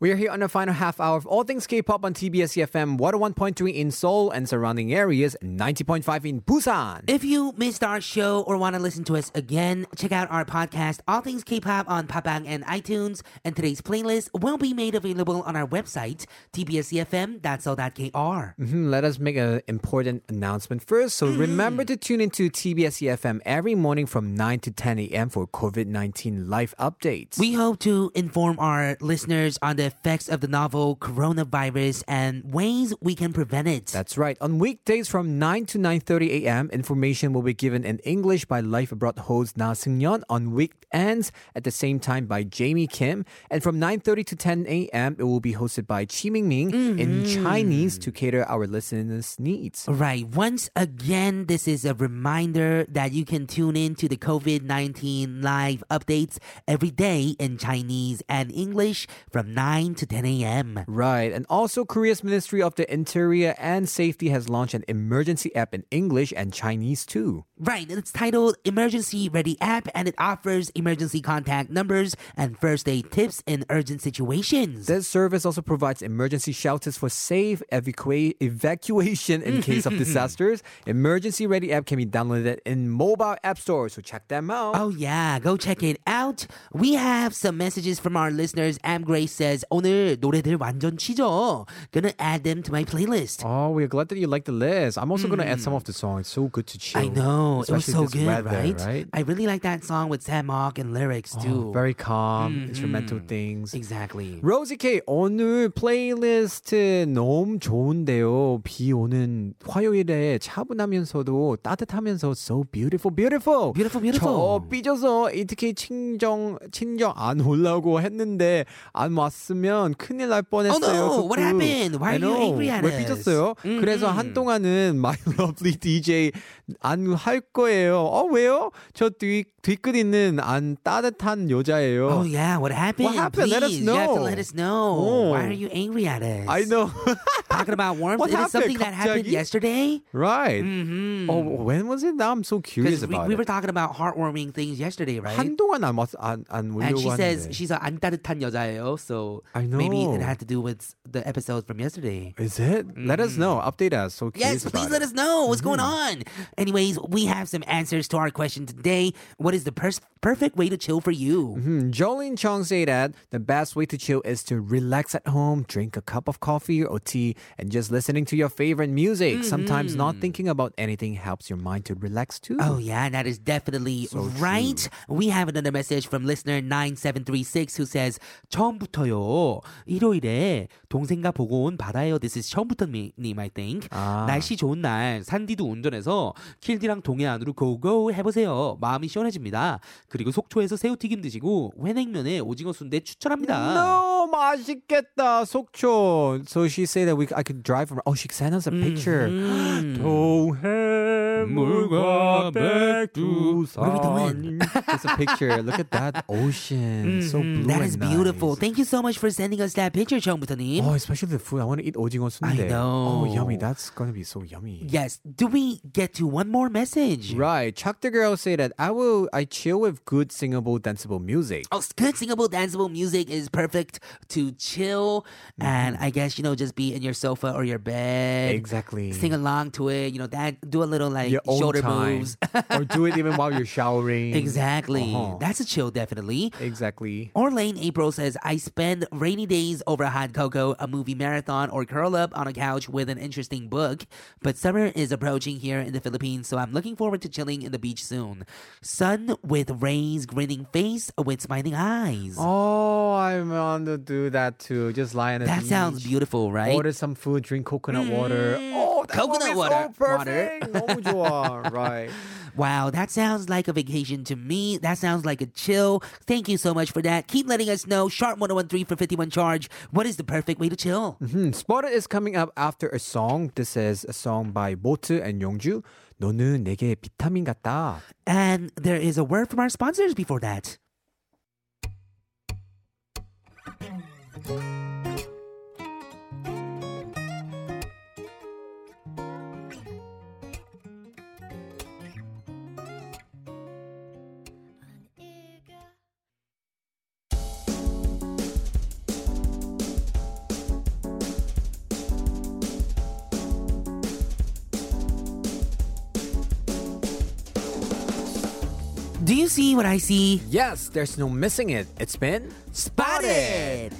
B: We are here on the final half hour of all things K-pop on TBS EFM 101.3 in Seoul and surrounding areas, 90.5 in Busan.
A: If you missed our show or want to listen to us again, check out our podcast, All Things K-Pop, on Papang and iTunes. And today's playlist will be made available on our website, E tbscfm.so.kr.
B: Mhm, Let us make an important announcement first. So remember to tune into TBS EFM E every morning from 9 to 10 a.m. for COVID-19 live updates.
A: We hope to inform our listeners on the effects of the novel coronavirus and ways we can prevent it.
B: That's right. On weekdays from 9 to 9:30 a.m., information will be given in English by Life Abroad host Na Seung-yeon on weekends at the same time by Jamie Kim, and from 9:30 to 10 a.m., it will be hosted by Chi Ming-ming in Chinese to cater our listeners' needs.
A: Right. Once again, this is a reminder that you can tune in to the COVID 19 live updates every day in Chinese and English from 9 to 10 a.m.
B: Right. And also, Korea's Ministry of the Interior and Safety has launched an emergency app in English and Chinese too.
A: Right. It's titled Emergency Ready App and it offers emergency contact numbers and first aid tips in urgent situations.
B: This service also provides emergency shelters for safe evacua- evacuation in case of disasters. Emergency Ready app can be downloaded in mobile app stores, so check them out.
A: Oh yeah, go check it out. We have some messages from our listeners. Am Grace says 오늘 노래들 완전 치죠. Gonna add them to my playlist.
B: Oh, we're glad that you like the list. I'm also going to add some of the songs. So good to chill.
A: I know. It was so
B: Especially this
A: good,
B: weather,
A: right?
B: right?
A: I really like that song with Sam Hawk and lyrics too.
B: Oh, very calm, instrumental things.
A: exactly.
B: 로지 K 오늘 플레이리스트 너무 좋은데요. 비 오는 화요일에 차분하면서도 따뜻하면서 so beautiful, beautiful.
A: Beautiful, beautiful.
B: 저 삐져서 ATK 친정 친정 안 올라고 했는데 안 왔으면 큰일 날 뻔했어요.
A: Oh no, what
B: 크크.
A: happened? Why
B: I
A: are you
B: know.
A: angry at
B: 왜
A: us? 음,
B: 삐졌어요? 그래서 한동안은 My Lovely DJ 안 할 거예요. 어 왜요? 저 뒤, 뒤끝 있는 안 따뜻한 여자예요.
A: Oh yeah, what happened?
B: What happened? Let us
A: Please, You have to
B: know.
A: let us know.
B: Oh.
A: Why are you angry at us?
B: I know.
A: Talking about warmth,
B: What
A: it is
B: happened?
A: something that happened
B: 갑자기?
A: yesterday.
B: Right.
A: Mm-hmm.
B: Oh, when was it? Now I'm so curious
A: because we,
B: about
A: we were
B: it.
A: talking about heartwarming things yesterday, right?
B: 한동안 안, 왔, 안, 안
A: and
B: 오려고
A: she says
B: 하는데.
A: she's a 안 따뜻한 여자예요. So
B: I
A: maybe it
B: know.
A: had to do with the episode from yesterday.
B: Is it? Let us know. Update us. So
A: Mm. Yes,
B: curious
A: please
B: about
A: let
B: it. Mm-hmm.
A: us know what's going on. Anyways, we have some answers to our question today. What is the pers- perfect way to chill for you?
B: Hmm, Jolene Chong said that the best way to chill is to relax at home, drink a cup of coffee or tea, and just listening to your favorite music. Sometimes not thinking about anything helps your mind to relax too.
A: Mm-hmm. Oh, yeah, that is definitely
B: So
A: right. We have another message from listener 9736 who says, 처음부터요, 일요일에 동생과 보고 온 바다예요. This is 처음부터님, I think.
B: 아.
A: 날씨 좋은 날, 산디도 운전해서 킬디랑 동해안으로 고고 해보세요. 마음이 시원해집니다. 그리고 속초에서 새우튀김 드시고, 회냉면에 오징어 순대 추천합니다.
B: No, 맛있겠다. 속초. So she said that we I could drive from. Oh, she sent us a picture. 동해물과
D: What
A: are we doing?
B: It's a picture. Look at that ocean. So blue.
A: Mm, that is
B: and
A: beautiful.
B: nice.
A: Thank you so much for sending us that picture, 처음부터님.
B: Oh, especially the food. I want to eat 오징어 순대.
A: know.
B: Oh, yummy. That's gonna be so yummy.
A: Yes. Do we get to one more message?
B: Right. Chuck the girl said that I will. I chill with good singable, danceable music.
A: Oh, good singable, danceable music is perfect to chill
B: Mm-hmm.
A: and I guess, you know, just be in your sofa or your bed.
B: Exactly.
A: Sing along to it, you know, that do a little like
B: Your own
A: shoulder
B: time.
A: moves.
B: or do it even while you're showering.
A: exactly.
B: Uh-huh.
A: That's a chill, definitely.
B: Exactly.
A: Orlane April says, I spend rainy days over hot cocoa, a movie marathon, or curl up on a couch with an interesting book. But summer is approaching here in the Philippines, so I'm looking forward to chilling in the beach soon. Sun with rays, grinning face with smiling eyes.
B: Oh, I want to do that too. Just lie in a
A: that
B: beach,
A: sounds beautiful, right?
B: Order some food, drink coconut water. Oh, that
A: Coconut
B: would be
A: water.
B: So perfect. 너무 좋아. right.
A: Wow, that sounds like a vacation to me. That sounds like a chill. Thank you so much for that. Keep letting us know. Sharp 1013 for 51 charge. What is the perfect way to chill?
B: Hmm, Spotted is coming up after a song. This is a song by Botu and Yongju. 너는 내게 비타민 같다.
A: And there is a word from our sponsors before that. Do you see what I see?
B: Yes, there's no missing it. It's been spotted.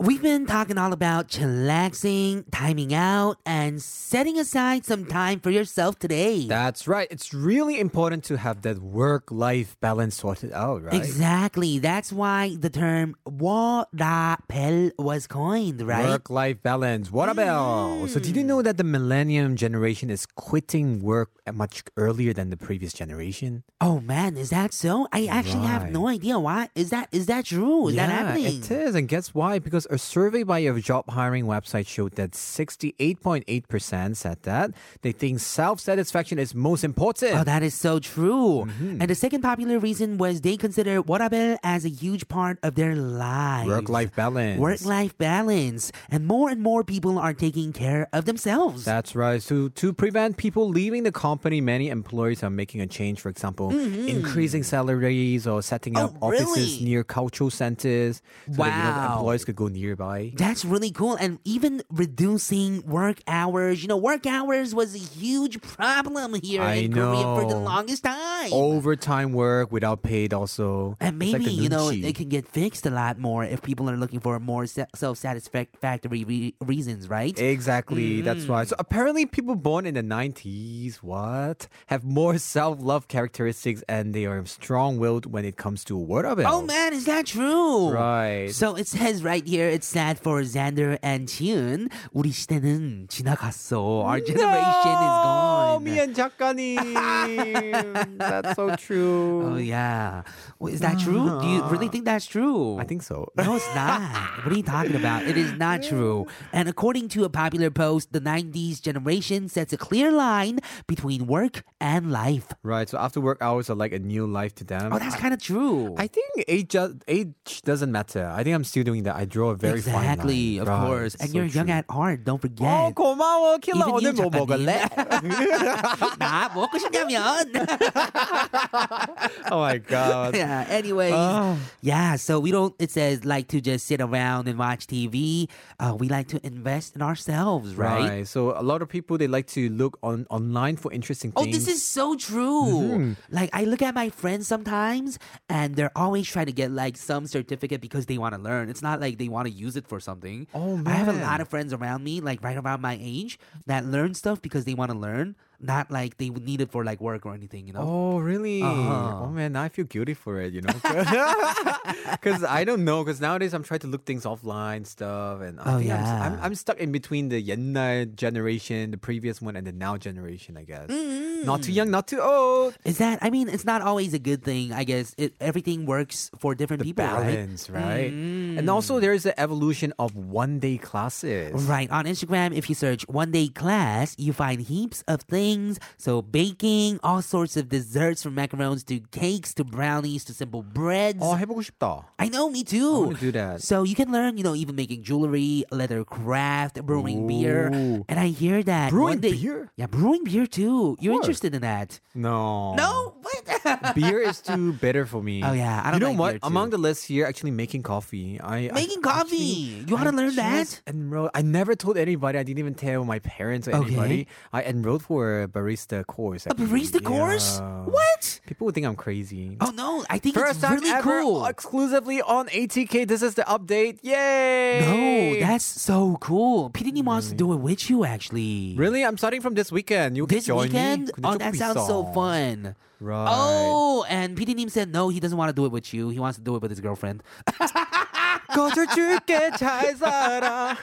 A: We've been talking all about chillaxing, timing out, and setting aside some time for yourself today.
B: That's right. It's really important to have that work life balance sorted out, right?
A: Exactly. That's why the term 워라벨 was coined, right?
B: Work life balance. What about? So, did you know that the millennium generation is quitting work at much earlier than the previous generation?
A: Oh man, is that so? I actually have no idea why. Is that is that true? Is that happening?
B: It is. And guess why? Because a survey by a job hiring website showed that 68.8% said that they think self satisfaction is most important.
A: Oh, that is so true.
B: Mm-hmm.
A: And the second popular reason was they consider warabel as a huge part of their lives.
B: Work life balance.
A: Work life balance. And more and more people are taking care of themselves.
B: That's right. So to prevent people leaving the company, many employers are making a change. For example, increasing salaries or setting
A: Mm-hmm. Oh,
B: up offices
A: really?
B: near cultural centers, so that you know, the
A: Wow.
B: employees could go nearby.
A: That's really cool. And even reducing work hours. You know, work hours was a huge problem here
B: I
A: in Korea for the
B: know.
A: longest time.
B: Overtime work without paid also.
A: And
B: It's
A: maybe,
B: like the
A: you know,
B: Nunchi.
A: it can get fixed a lot more if people are looking for more se- self satisfactory re- reasons, right?
B: Exactly.
A: Mm-hmm.
B: That's right. So apparently, people born in the 90s, what? Have more self love characteristics and they are strong willed when it comes to word of
A: Oh man, is that true?
B: Right.
A: So it says right here, it's sad for Xander and Chun. 우리 시대는 지나갔어. Our generation is
B: Oh,
A: gone.
B: me and Jakani. That's so true.
A: Oh yeah, Well, is that true? Do you really think that's true?
B: I think so.
A: No, it's not. what are you talking about? It is not true. And according to a popular post, the 90s generation sets a clear line between work and life.
B: Right. So after work hours are like a new life to them.
A: Oh, that's kind of true.
B: I think age do- age doesn't matter. I think I'm still doing that. I draw a very fine line.
A: exactly, of
B: Right,
A: course. And
B: so
A: you're young
B: true. Oh,
A: at heart. Don't
B: 어,
A: forget.
B: 고마워, 킬러.
A: Even
B: 오늘
A: you,
B: 뭐 먹을래?
A: 나 먹고 싶다면.
B: oh my god.
A: yeah. Anyways,
B: Ah.
A: yeah. So we don't. It says like to just sit around and watch TV. Uh, we like to invest in ourselves, right?
B: So a lot of people they like to look on online for interesting
A: Oh,
B: things. Mm-hmm.
A: this is so true. Like I look at my friends sometimes, and they're always trying to get like some certificate because they want to learn. It's not like they want to use it for something.
B: Oh,
A: I have a
B: man.
A: lot of friends around me, like right around my age, that learn stuff because they want to learn, not like they would need it for like work or anything. You know?
B: Oh really?
A: Uh-huh.
B: Oh man, I feel guilty for it, you know. Because I don't know. Because nowadays I'm trying to look things offline stuff, and I
A: Oh,
B: think I'm,
A: yeah.
B: I'm I'm stuck in between the Yenna generation, the previous one, and the now generation. I guess not too young, not too old.
A: Is that? I mean, it's not always a good thing. I guess it, everything works for different
B: The
A: people, right?
B: balance, right? And also there is the evolution of one day classes.
A: Right. On Instagram, if you search one day class, you find heaps of things. So, baking, all sorts of desserts from macarons to cakes to brownies to simple breads.
B: 어 Oh, 해보고 싶다.
A: I know, me too.
B: wanna do that.
A: So, you can learn, you know, even making jewelry, leather craft, brewing beer.
B: Ooh.
A: And I hear that. one
B: Brewing
A: day-
B: beer?
A: Yeah, brewing beer too. You're
B: course.
A: interested in that.
B: No.
A: No? What?
B: beer is too bitter for me.
A: Oh, yeah, I don't
B: you
A: like
B: know what?
A: beer, too.
B: Among the list here, actually making coffee. I I
A: Making
B: actually-
A: coffee? You wanna
B: I
A: learn that?
B: just Enrolled. I never told anybody. I didn't even tell my parents or
A: Okay.
B: anybody. I enrolled for a barista course.
A: A barista course?
B: Yeah.
A: What?
B: People would think I'm crazy.
A: Oh, no. I think it's
B: First time
A: really
B: ever,
A: cool.
B: exclusively on ATK. This is the update. Yay!
A: No, that's so cool. PD님 wants
B: Mm.
A: to do it with you, actually.
B: really. I'm starting from this weekend. You can
A: This
B: join
A: weekend?
B: me.
A: Oh, that sounds so fun.
B: Right.
A: Oh, and PD님 said no, he doesn't want to do it with you. He wants to do it with his girlfriend.
B: 거절줄게 잘 살아.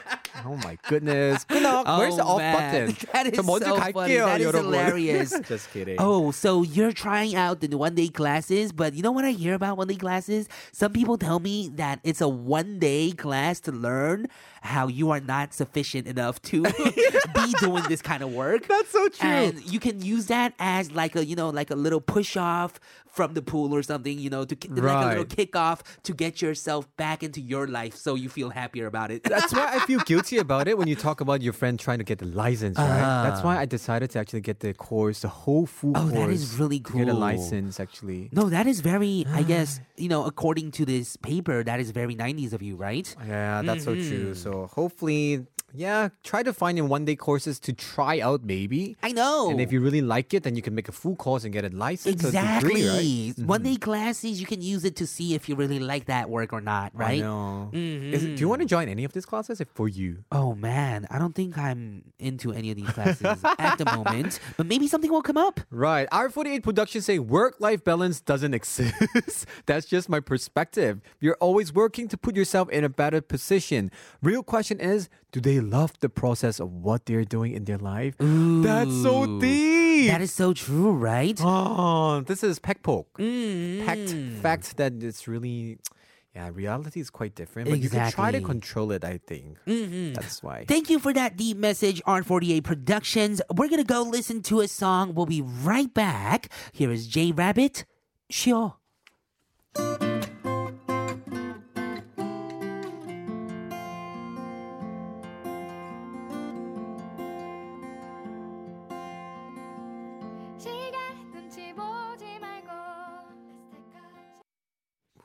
B: Oh my goodness. Knock. Where's the
A: Oh,
B: off
A: man.
B: button?
A: That is
B: 저
A: so
B: 먼저 갈게요,
A: funny. That is
B: 여러분.
A: hilarious.
B: Just kidding.
A: Oh, so you're trying out the one day classes, but you know what I hear about one day classes? Some people tell me that it's a one day class to learn, how you are not sufficient enough to be doing this kind of work.
B: That's so true.
A: And you can use that as like a you know like a little push off from the pool or something. You know to ki- like a little
B: Right.
A: kickoff to get yourself back into your life so you feel happier about it.
B: That's why I feel guilty about it when you talk about your friend trying to get the license, right? That's why I decided to actually get the course, the whole full
A: Oh,
B: course.
A: that is really
B: To get a
A: cool.
B: license, actually.
A: No, that is very, I guess, you know, according to this paper, that is very 90s of you, right?
B: Yeah, that's so true. So hopefully, yeah, try to find in one day courses to try out, maybe.
A: I know.
B: And if you really like it, then you can make a full course and get a license. or
A: exactly.
B: degree, right? Mm-hmm.
A: One day classes, you can use it to see if you really like that work or not,
B: I
A: right?
B: know. Is it- do you want to join any of these classes If for you?
A: Oh man, I don't think I'm into any of these classes at the moment, but maybe something will come up.
B: Right. R48 Productions say work-life balance doesn't exist. That's just my perspective. You're always working to put yourself in a better position. Real question is, do they love the process of what they're doing in their life? That's so
A: Ooh.
B: deep.
A: That is so true, right?
B: Oh, this is peck poke. Packed fact that it's really yeah, reality is quite different, but you can try to
A: Exactly.
B: control it, I think. That's why.
A: Thank you for that deep message, R48 Productions. We're gonna go listen to a song. We'll be right back. Here is J Rabbit, Sure.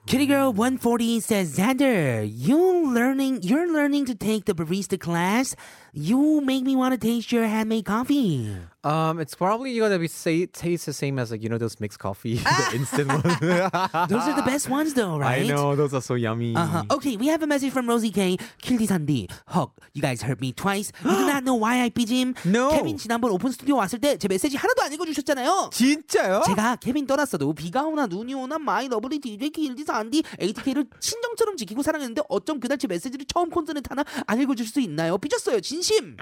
A: Kitty Girl 140 says, Xander, you learning you're learning to take the barista class. You make me want to taste your handmade coffee.
B: Um, it's probably gonna be say taste the same as like you know those mixed coffee, the instant one.
A: Those are the best ones though, Ah! right?
B: Ah. I know those are so yummy.
A: Uh-huh. Okay, we have a message from Rosie K. Kildi Sandi. Hug. You guys heard me twice. You do not know why I beat him.
B: No.
A: 케빈 지난번 오픈 스튜디오 왔을 때 제 메시지 하나도 안 읽어주셨잖아요.
B: 진짜요?
A: 제가 케빈 떠났어도 비가 오나 눈이 오나 마이 러블리 DJ 길디사 안디 ATK를 친정처럼 지키고 사랑했는데 어쩜 그날 제 메시지를 처음 콘서트 하나 안 읽어줄 수 있나요? 삐졌어요 진심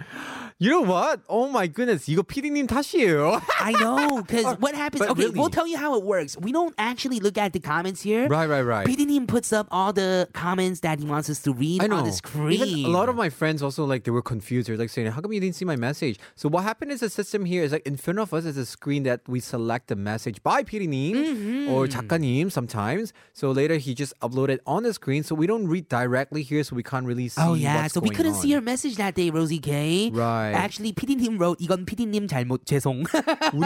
B: You know what? Oh my goodness, 이거 PD님 탓이에요.
A: I know because what happens
B: but
A: okay
B: 어, really-
A: we'll tell you how it works we don't actually look at the comments here
B: right, right, right.
A: PD님 puts up all the comments that he wants us to read
B: I know.
A: on the screen
B: Even a lot of my friends also like they were confused. They're like saying, "How come you didn't see my message?" So what happened is the system here is like in front of us is a screen that we select the message by PD님
A: Mm-hmm.
B: or 작가님 sometimes. So later he just uploaded on the screen, so we don't read directly here, so we can't really see.
A: Oh yeah,
B: what's
A: so we
B: going
A: couldn't
B: on.
A: see your message that day, Rosie K.
B: Right.
A: Actually, PD님 wrote 이건 PD님 잘못 죄송.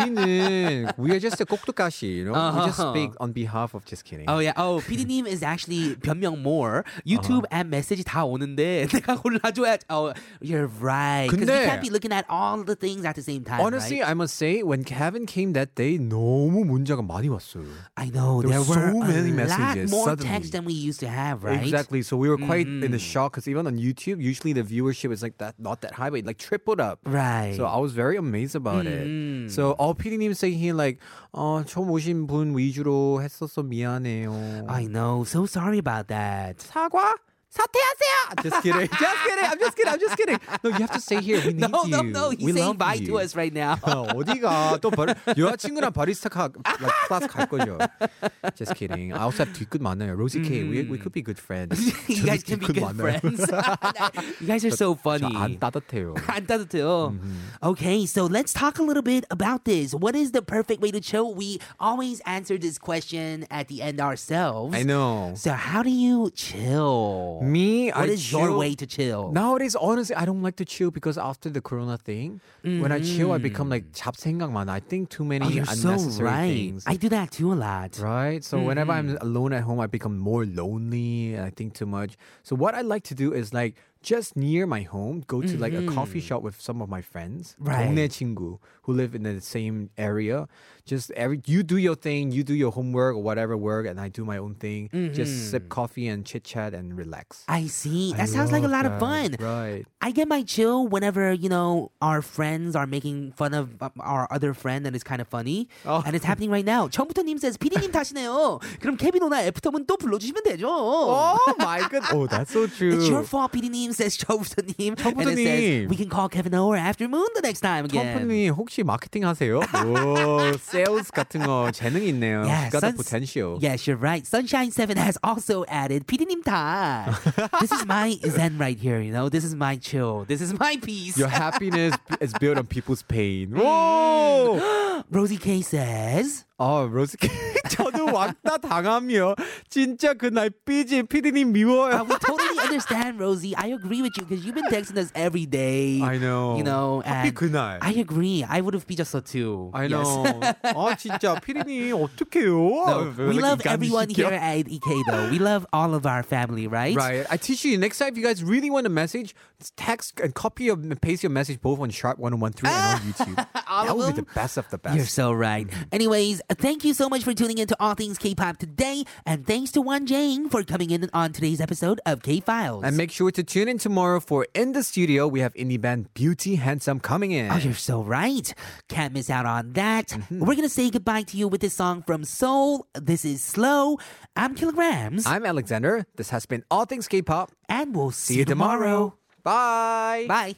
B: 우리는 we are just a 꼭두까시, you know. We just
A: Uh-huh.
B: speak on behalf of just kidding.
A: Oh yeah. Oh, PD님 is actually 변명 more. YouTube
B: Uh-huh.
A: and message 다 오는데 내가 골라줘야. Oh, you're right. Because we
B: 근데-
A: can't be looking at all the things at the same time.
B: Honestly,
A: right?
B: I must say when Kevin came that day, 너무 문자가 많이 왔어요.
A: I know
B: there
A: there,
B: were so
A: were
B: many
A: a
B: messages
A: lot more
B: suddenly.
A: text than we used to have, right? Mm-hmm.
B: Exactly. So we were quite in the shock because even on YouTube, usually the viewership is like that, not that high, but it, like tripled up.
A: Right. Mm-hmm.
B: So um, I was very amazed about it. So all PD님 saying here like, 어, 처음 오신 분 위주로 했어서 미안해요.
A: I know. So sorry about that.
B: 사과? 사퇴하세요. Just kidding. Just kidding. I'm just kidding. I'm just kidding. No, you have to stay here. We need
A: No,
B: you.
A: no, no. He's
B: we
A: saying
B: love
A: bye
B: you.
A: to us right now.
B: 어, 어디가 또 바, 여자친구랑 바리스타 가, like, 클래스 갈 거죠. Just kidding. I also have 뒤끝 많아요. Rosie K, we, we could be good friends.
A: you guys can be good friends. you guys are so funny.
B: 저안 따뜻해요.
A: 안 따뜻해요.
B: Mm-hmm.
A: Okay, so let's talk a little bit about this. What is the perfect way to chill? We always answer this question at the end ourselves.
B: I know.
A: So how do you chill?
B: Me,
A: What
B: I
A: is your
B: chill-
A: way to chill?
B: Nowadays, honestly, I don't like to chill because after the corona thing, when I chill, I become like 잡생각만. I think too many
A: Mm. Oh, you're so
B: unnecessary
A: right.
B: things.
A: I do that too a lot.
B: Right. So whenever
A: Mm-hmm.
B: I'm alone at home, I become more lonely and I think too much. So what I like to do is like just near my home, go to like a coffee shop with some of my friends,
A: Mm-hmm. Right.
B: 동네 친구, who live in the same area. Just every you do your thing, you do your homework or whatever work, and I do my own thing. Just sip coffee and chit chat and relax.
A: Mm-hmm. I see.
B: I
A: That sounds like a lot
B: love
A: of fun.
B: that. Right.
A: I get my chill whenever you know our friends are making fun of um, our other friend, and it's kind of funny.
B: Oh.
A: And it's happening right now. 처음부터님 says PD님 탓이네요. 그럼 케빈 오나 애프터문 또 불러주시면 되죠.
B: Oh my god. Oh, that's so true.
A: It's your fault, PD님. says Chobuto님. And it
B: Chobuto님.
A: says, we can call Kevin Ower after Moon the next time again.
B: 컴퍼니 혹시 마케팅 하세요? 오, 세일즈 같은 거 재능이 있네요.
A: Yeah,
B: She got the
A: suns-
B: potential.
A: Yes, you're right. Sunshine7 has also added PD님 다. this is my zen right here, you know? This is my chill. This is my peace.
B: Your happiness is built on people's pain. 오!
A: Rosie K says.
B: 아, 로스 저도 왔다 당하며 진짜 그날 삐지 피디님 미워요.
A: Uh, we totally understand, Rosie. I agree with you because you've been texting us every day.
B: I know.
A: You know,
B: 하필
A: and
B: 그날.
A: I agree. I would have 삐졌어 too.
B: I
A: Yes.
B: know. 아 진짜 피디님 어떡해요?
A: No, we love everyone here at EK though. We love all of our family, right?
B: Right. I teach you next time if you guys really want a message, text and copy of- and paste your message both on Sharp 1013 and on YouTube. that would be the best of the best.
A: You're so right.
B: Mm-hmm.
A: Anyways, thank you so much for tuning in to All Things K-Pop today, and thanks to Wan Jang for coming in on today's episode of K-Files.
B: And make sure to tune in tomorrow for In the Studio. We have indie band Beauty Handsome coming in.
A: Oh, you're so right. Can't miss out on that.
B: Mm-hmm.
A: We're going to say goodbye to you with this song from Seoul. This is Slow. I'm Kilograms.
B: I'm Alexander. This has been All Things K-pop.
A: and we'll see,
B: See you tomorrow. Bye.
A: Bye.